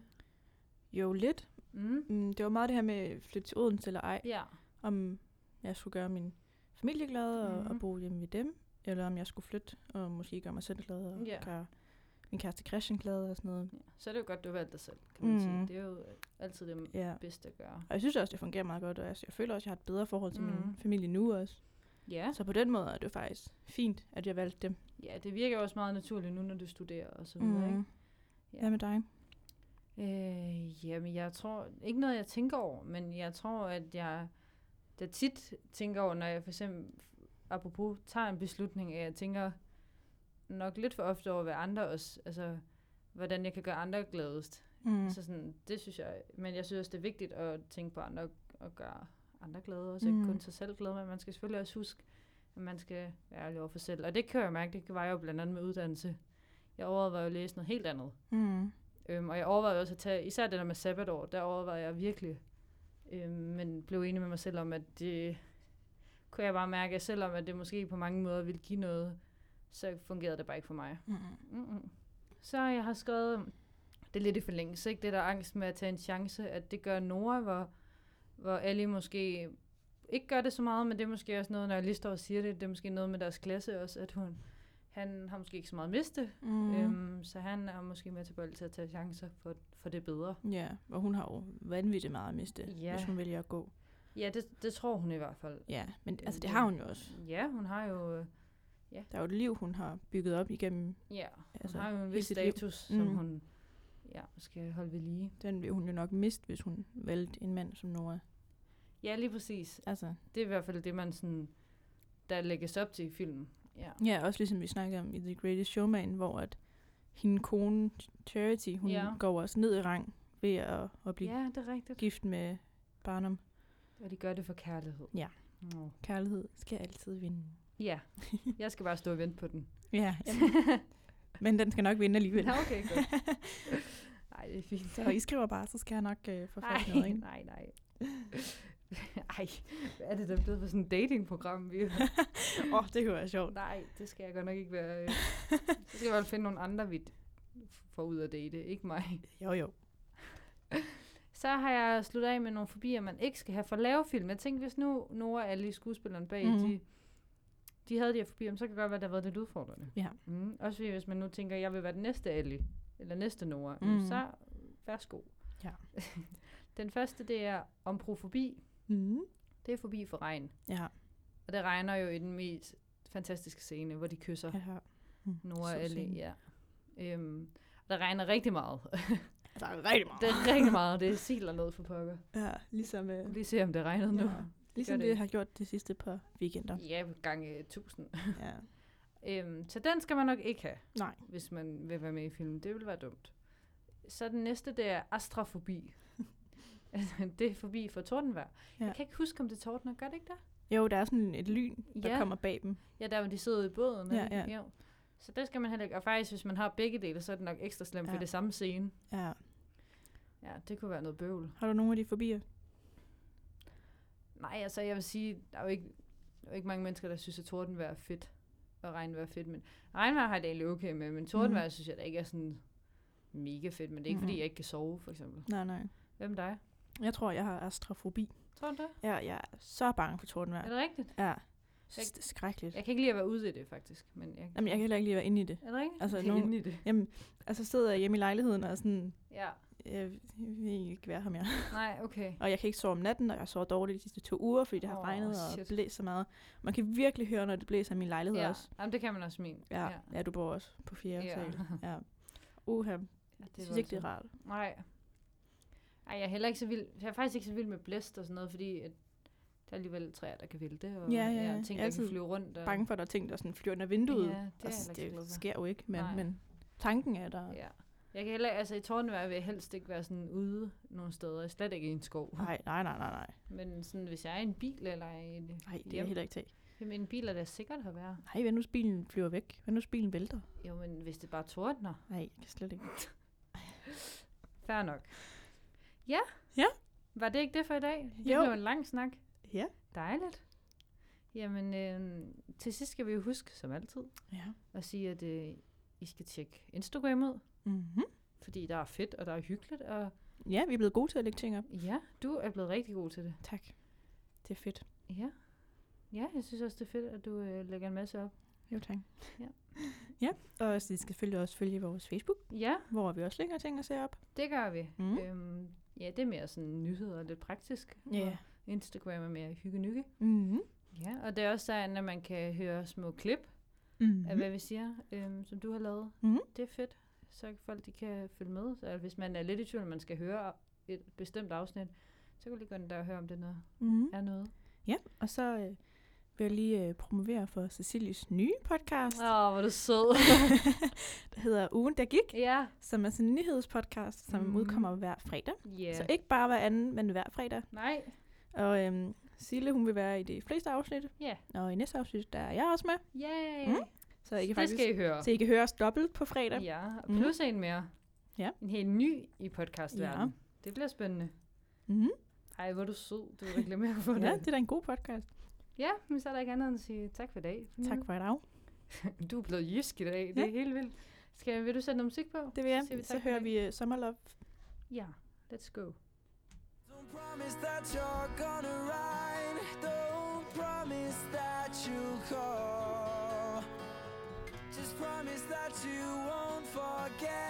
Speaker 3: Jo, lidt.
Speaker 2: Mm.
Speaker 3: Mm, det var meget det her med at flytte til Odense eller ej,
Speaker 2: Ja.
Speaker 3: om jeg skulle gøre min familie glad og,
Speaker 2: Mhm.
Speaker 3: og bo hjemme ved dem, eller om jeg skulle flytte og måske gøre mig selv glad og
Speaker 2: Ja.
Speaker 3: gøre min kæreste Christian glad og sådan noget.
Speaker 2: ja. Så er det jo godt, du har valgt dig selv, kan man mm. sige.
Speaker 3: Mhm.
Speaker 2: Det er jo altid det
Speaker 3: Ja.
Speaker 2: bedste at gøre.
Speaker 3: Og jeg synes også, det fungerer meget godt, og altså, jeg føler også, at jeg har et bedre forhold til mm. min
Speaker 2: Mhm.
Speaker 3: familie nu også.
Speaker 2: Ja.
Speaker 3: Så på den måde er det jo faktisk fint, at jeg valgte dem.
Speaker 2: ja, det virker jo også meget naturligt nu, når du studerer og så
Speaker 3: Mhm.
Speaker 2: videre, mm. ikke?
Speaker 3: Ja. Hvad med dig?
Speaker 2: Øh, jamen, jeg tror ikke noget, jeg tænker over, men jeg tror, at jeg da tit tænker over, når jeg for eksempel, apropos, tager en beslutning, at jeg tænker nok lidt for ofte over, hvad andre også, altså, hvordan jeg kan gøre andre gladest.
Speaker 3: Mm.
Speaker 2: Mm. Så sådan, det synes jeg, men jeg synes også, det er vigtigt at tænke på andre og gøre andre glade, og så ikke
Speaker 3: Mm.
Speaker 2: kun sig selv glade, men man skal selvfølgelig også huske, at man skal være ærlig over for selv. Og det kan jeg mærke, det var jeg jo blandt andet med uddannelse. Jeg overvejede jo at læse noget helt andet.
Speaker 3: Mm.
Speaker 2: Øhm, og jeg overvejede også at tage, især det der med sabbatår, der overvejede jeg virkelig Øh, men blev enig med mig selv om, at det kunne jeg bare mærke, at selvom at det måske på mange måder ville give noget, så fungerede det bare ikke for mig.
Speaker 3: Mm.
Speaker 2: Mm-mm. Så jeg har skrevet, det er lidt i forlængelse, ikke? Det der angst med at tage en chance, at det gør Nora, hvor, hvor Ali måske ikke gør det så meget, men det er måske også noget, når jeg lige står og siger det, det er måske noget med deres klasse også, at hun, han har måske ikke så meget at miste, mm.
Speaker 3: Mm.
Speaker 2: øhm, så han er måske mere tilbøjelig til at tage chancer for, for det bedre.
Speaker 3: Ja, og hun har jo vanvittigt meget at miste,
Speaker 2: Ja.
Speaker 3: hvis hun vælger at gå.
Speaker 2: Ja, det, det tror hun i hvert fald.
Speaker 3: Ja, men
Speaker 2: Det-
Speaker 3: altså det
Speaker 2: det-
Speaker 3: har hun jo også.
Speaker 2: Ja, hun har jo, øh,
Speaker 3: Der er jo et liv, hun har bygget op igennem.
Speaker 2: ja, hun
Speaker 3: Altså,
Speaker 2: altså, har jo en
Speaker 3: hele
Speaker 2: vis
Speaker 3: sit liv.
Speaker 2: status, mm. som
Speaker 3: Mm.
Speaker 2: hun ja, skal holde ved lige.
Speaker 3: Den vil hun jo nok miste, hvis hun valgte en mand som Nora.
Speaker 2: Ja, lige præcis.
Speaker 3: Altså,
Speaker 2: Det er i hvert fald det, man sådan, der lægges op til i filmen. Ja.
Speaker 3: ja, også ligesom vi snakkede om i The Greatest Showman, hvor at hende kone Charity, hun
Speaker 2: Ja.
Speaker 3: går også ned i rang ved at, at blive
Speaker 2: ja, det er rigtigt.
Speaker 3: gift med Barnum.
Speaker 2: Og de gør det for kærlighed.
Speaker 3: Ja.
Speaker 2: Nå.
Speaker 3: Kærlighed skal altid vinde.
Speaker 2: Ja, jeg skal bare stå og vente på den.
Speaker 3: Ja, jamen. men den skal nok vinde alligevel.
Speaker 2: Nå, okay, godt. Nej, det er fint.
Speaker 3: Så I skriver bare, så skal jeg nok øh, få fat i noget,
Speaker 2: Nej,
Speaker 3: ikke?
Speaker 2: nej, nej. Ej, hvad er det, der er blevet for sådan et datingprogram? Vi...
Speaker 3: Åh, oh, det kunne være sjovt.
Speaker 2: Nej, det skal jeg godt nok ikke være. øh. Så skal jeg vel finde nogle andre, vi får ud at date, ikke mig.
Speaker 3: Jo, jo.
Speaker 2: Så har jeg sluttet af med nogle fobier, man ikke skal have for lave film. Jeg tænkte, hvis nu Nora og alle skuespillerne bag,
Speaker 3: Mhm.
Speaker 2: mm. de, de havde de her fobier, så kan det godt være, der har været lidt udfordrende.
Speaker 3: Ja.
Speaker 2: Mm. Også fordi, hvis man nu tænker, jeg vil være den næste Ali, eller næste Nora,
Speaker 3: Mhm.
Speaker 2: mm. så værsgo.
Speaker 3: Ja.
Speaker 2: den første, det er omprofobi.
Speaker 3: Mm.
Speaker 2: Det er fobi for regn.
Speaker 3: Ja,
Speaker 2: Og det regner jo i den mest fantastiske scene, hvor de kysser
Speaker 3: jeg har. Mm.
Speaker 2: Nora
Speaker 3: Så
Speaker 2: og Ali.
Speaker 3: scenen.
Speaker 2: Ja. Øhm, og det regner rigtig meget.
Speaker 3: Der er rigtig meget.
Speaker 2: det er rigtig meget. Det siler ned for pokker.
Speaker 3: Ja, ligesom, øh,
Speaker 2: Vi lige se, om det regnede nu.
Speaker 3: Ja. ligesom
Speaker 2: gør
Speaker 3: det,
Speaker 2: det.
Speaker 3: har gjort de sidste par weekender.
Speaker 2: Ja, gange 1000.
Speaker 3: ja.
Speaker 2: Øhm, så den skal man nok ikke have,
Speaker 3: Nej.
Speaker 2: hvis man vil være med i filmen. Det vil være dumt. Så den næste, det er astrofobi. Altså, det er forbi for tordenvejr.
Speaker 3: Ja.
Speaker 2: Ja. Jeg kan ikke huske, om det tordner. Gør det ikke der?
Speaker 3: Jo, der er sådan et lyn, der
Speaker 2: Ja.
Speaker 3: kommer bag dem.
Speaker 2: Ja, der hvor de sidder ude i båden.
Speaker 3: Ja,
Speaker 2: er det ikke?
Speaker 3: ja.
Speaker 2: Jo. Så det skal man heller ikke. Og faktisk, hvis man har begge dele, så er det nok ekstra slemt, ja. for
Speaker 3: Ja.
Speaker 2: det er samme scene.
Speaker 3: Ja.
Speaker 2: Ja, det kunne være noget bøvl.
Speaker 3: Har du nogle af de fobier?
Speaker 2: Nej, altså jeg vil sige, der er jo ikke, der er jo ikke mange mennesker, der synes, at tordenvejr er fedt, og regnvejr er fedt. Men regnvejr har jeg det egentlig okay med, men tordenvejr mm. synes jeg da ikke er sådan mega fedt. Men det er ikke, mm.
Speaker 3: Mhm.
Speaker 2: fordi jeg ikke kan sove, for eksempel.
Speaker 3: Nej, nej.
Speaker 2: Hvem dig?
Speaker 3: Jeg tror, jeg har astrofobi.
Speaker 2: Tror du det?
Speaker 3: Ja, jeg er så bange for
Speaker 2: Ja. Er
Speaker 3: tordenvejr.
Speaker 2: det rigtigt?
Speaker 3: Ja.
Speaker 2: Jeg-
Speaker 3: S- skrækkeligt.
Speaker 2: Jeg kan ikke lide at være ude i det, faktisk. Men jeg...
Speaker 3: Jamen, jeg kan heller ikke lige være inde i det.
Speaker 2: Er det rigtigt?
Speaker 3: Altså,
Speaker 2: Jeg er
Speaker 3: nogen-
Speaker 2: inde i det.
Speaker 3: Jamen, altså sidder jeg hjemme i lejligheden og er sådan,
Speaker 2: Ja.
Speaker 3: jeg vil ikke være her mere.
Speaker 2: Nej, okay.
Speaker 3: Og jeg kan ikke sove om natten, og jeg sover dårligt de sidste to uger, fordi det har
Speaker 2: Åh,
Speaker 3: regnet og
Speaker 2: shit.
Speaker 3: blæst så meget. Man kan virkelig høre, når det blæser i min lejlighed
Speaker 2: Ja.
Speaker 3: også.
Speaker 2: Jamen, det kan man også mene.
Speaker 3: Ja.
Speaker 2: ja.
Speaker 3: ja, du bor også på fjerde
Speaker 2: Ja.
Speaker 3: sal. Ja. Uha,
Speaker 2: Ja,
Speaker 3: det synes ikke, det
Speaker 2: voldsomt.
Speaker 3: er rart.
Speaker 2: Nej. Ej, jeg er heller ikke så vild. Jeg er faktisk ikke så vild med blæst og sådan noget, fordi at der er alligevel træer, der kan vælte, og
Speaker 3: Ja, ja, ja.
Speaker 2: jeg tænker, jeg
Speaker 3: Altid
Speaker 2: kan flyve rundt. Og...
Speaker 3: Bange for, at der er ting, der sådan flyver under vinduet.
Speaker 2: Ja, det er jeg
Speaker 3: altså,
Speaker 2: heller ikke så glad
Speaker 3: det
Speaker 2: for.
Speaker 3: sker jo ikke, men,
Speaker 2: Nej.
Speaker 3: men tanken er der.
Speaker 2: Ja. Jeg kan heller, altså i tordenvejr vil jeg helst ikke være sådan ude nogle steder, slet ikke i en skov.
Speaker 3: Nej, nej, nej, nej, nej.
Speaker 2: Men sådan, hvis jeg er i en bil eller i en,
Speaker 3: Nej, det er
Speaker 2: Hjem.
Speaker 3: jeg heller ikke til.
Speaker 2: jamen, en bil er da sikkert at være.
Speaker 3: Nej, hvad nu hvis bilen flyver væk? Hvad nu hvis bilen vælter?
Speaker 2: Jo, men hvis det bare tordner,
Speaker 3: Nej, jeg kan slet ikke.
Speaker 2: fair nok. Ja.
Speaker 3: Ja.
Speaker 2: Var det ikke det for i dag? Det
Speaker 3: Jo.
Speaker 2: blev en lang snak.
Speaker 3: Ja.
Speaker 2: Dejligt. Jamen, øh, til sidst skal vi jo huske, som altid,
Speaker 3: Ja.
Speaker 2: at sige, at øh, I skal tjekke Instagram ud,
Speaker 3: Mm-hmm.
Speaker 2: fordi der er fedt, og der er hyggeligt, og
Speaker 3: Ja, vi er blevet gode til at lægge ting op.
Speaker 2: ja, du er blevet rigtig god til det.
Speaker 3: Tak. Det er fedt.
Speaker 2: Ja. Ja, jeg synes også, det er fedt, at du øh, lægger en masse op.
Speaker 3: Jo, tak.
Speaker 2: Ja.
Speaker 3: ja, og så I skal selvfølgelig også følge vores Facebook,
Speaker 2: Ja,
Speaker 3: hvor vi også lægger ting og ser op.
Speaker 2: det gør vi.
Speaker 3: Mm.
Speaker 2: Mm. Øhm, ja, det er mere sådan nyheder og lidt praktisk.
Speaker 3: Ja.
Speaker 2: Og Instagram er mere hygge
Speaker 3: Mm-hmm.
Speaker 2: Ja, og det er også derinde, at man kan høre små klip mm-hmm. af,
Speaker 3: Mm-hmm.
Speaker 2: hvad vi siger, øhm, som du har lavet.
Speaker 3: Mhm.
Speaker 2: Det er fedt, så folk de kan følge med. Så hvis man er lidt i tvivl, om man skal høre et bestemt afsnit, så kan du lige gå ind der og høre, om det er noget.
Speaker 3: Mm-hmm.
Speaker 2: er noget.
Speaker 3: Ja, og så øh, vil jeg lige øh, promovere for Cecilies nye podcast,
Speaker 2: Åh, oh, hvor er du sød.
Speaker 3: der hedder Ugen, der gik,
Speaker 2: ja.
Speaker 3: som er sådan en nyhedspodcast, som
Speaker 2: Mhm.
Speaker 3: udkommer hver fredag.
Speaker 2: Ja.
Speaker 3: Så ikke bare hver anden, men hver fredag.
Speaker 2: Nej.
Speaker 3: Og øhm, Sille, hun vil være i de fleste afsnit.
Speaker 2: Ja.
Speaker 3: Og i næste afsnit, der er jeg også med.
Speaker 2: Yay.
Speaker 3: Mm. Så I kan,
Speaker 2: det
Speaker 3: faktisk,
Speaker 2: skal I høre.
Speaker 3: så I kan høre os dobbelt på fredag.
Speaker 2: Ja, og
Speaker 3: Mhm.
Speaker 2: plus mm. en mere.
Speaker 3: Ja.
Speaker 2: En helt ny i podcastverdenen. Ja. Det bliver spændende.
Speaker 3: Mm-hmm.
Speaker 2: Ej, hvor er du sød. Du reklamerer for
Speaker 3: Ja,
Speaker 2: det.
Speaker 3: det er da en god podcast.
Speaker 2: Ja, men så er der ikke andet end at sige tak for i dag.
Speaker 3: Tak for i dag.
Speaker 2: Mm. Du er blevet jysk i dag. Det er helt vildt. Skal, vil du sætte noget musik på?
Speaker 3: Det vil jeg.
Speaker 2: Så siger vi
Speaker 3: Så
Speaker 2: tak for i
Speaker 3: hører
Speaker 2: dag.
Speaker 3: vi uh, Sommerlove.
Speaker 2: Ja, let's go.
Speaker 1: Don't promise that you're gonna ride. Don't promise that you'll call. Just promise that you won't forget.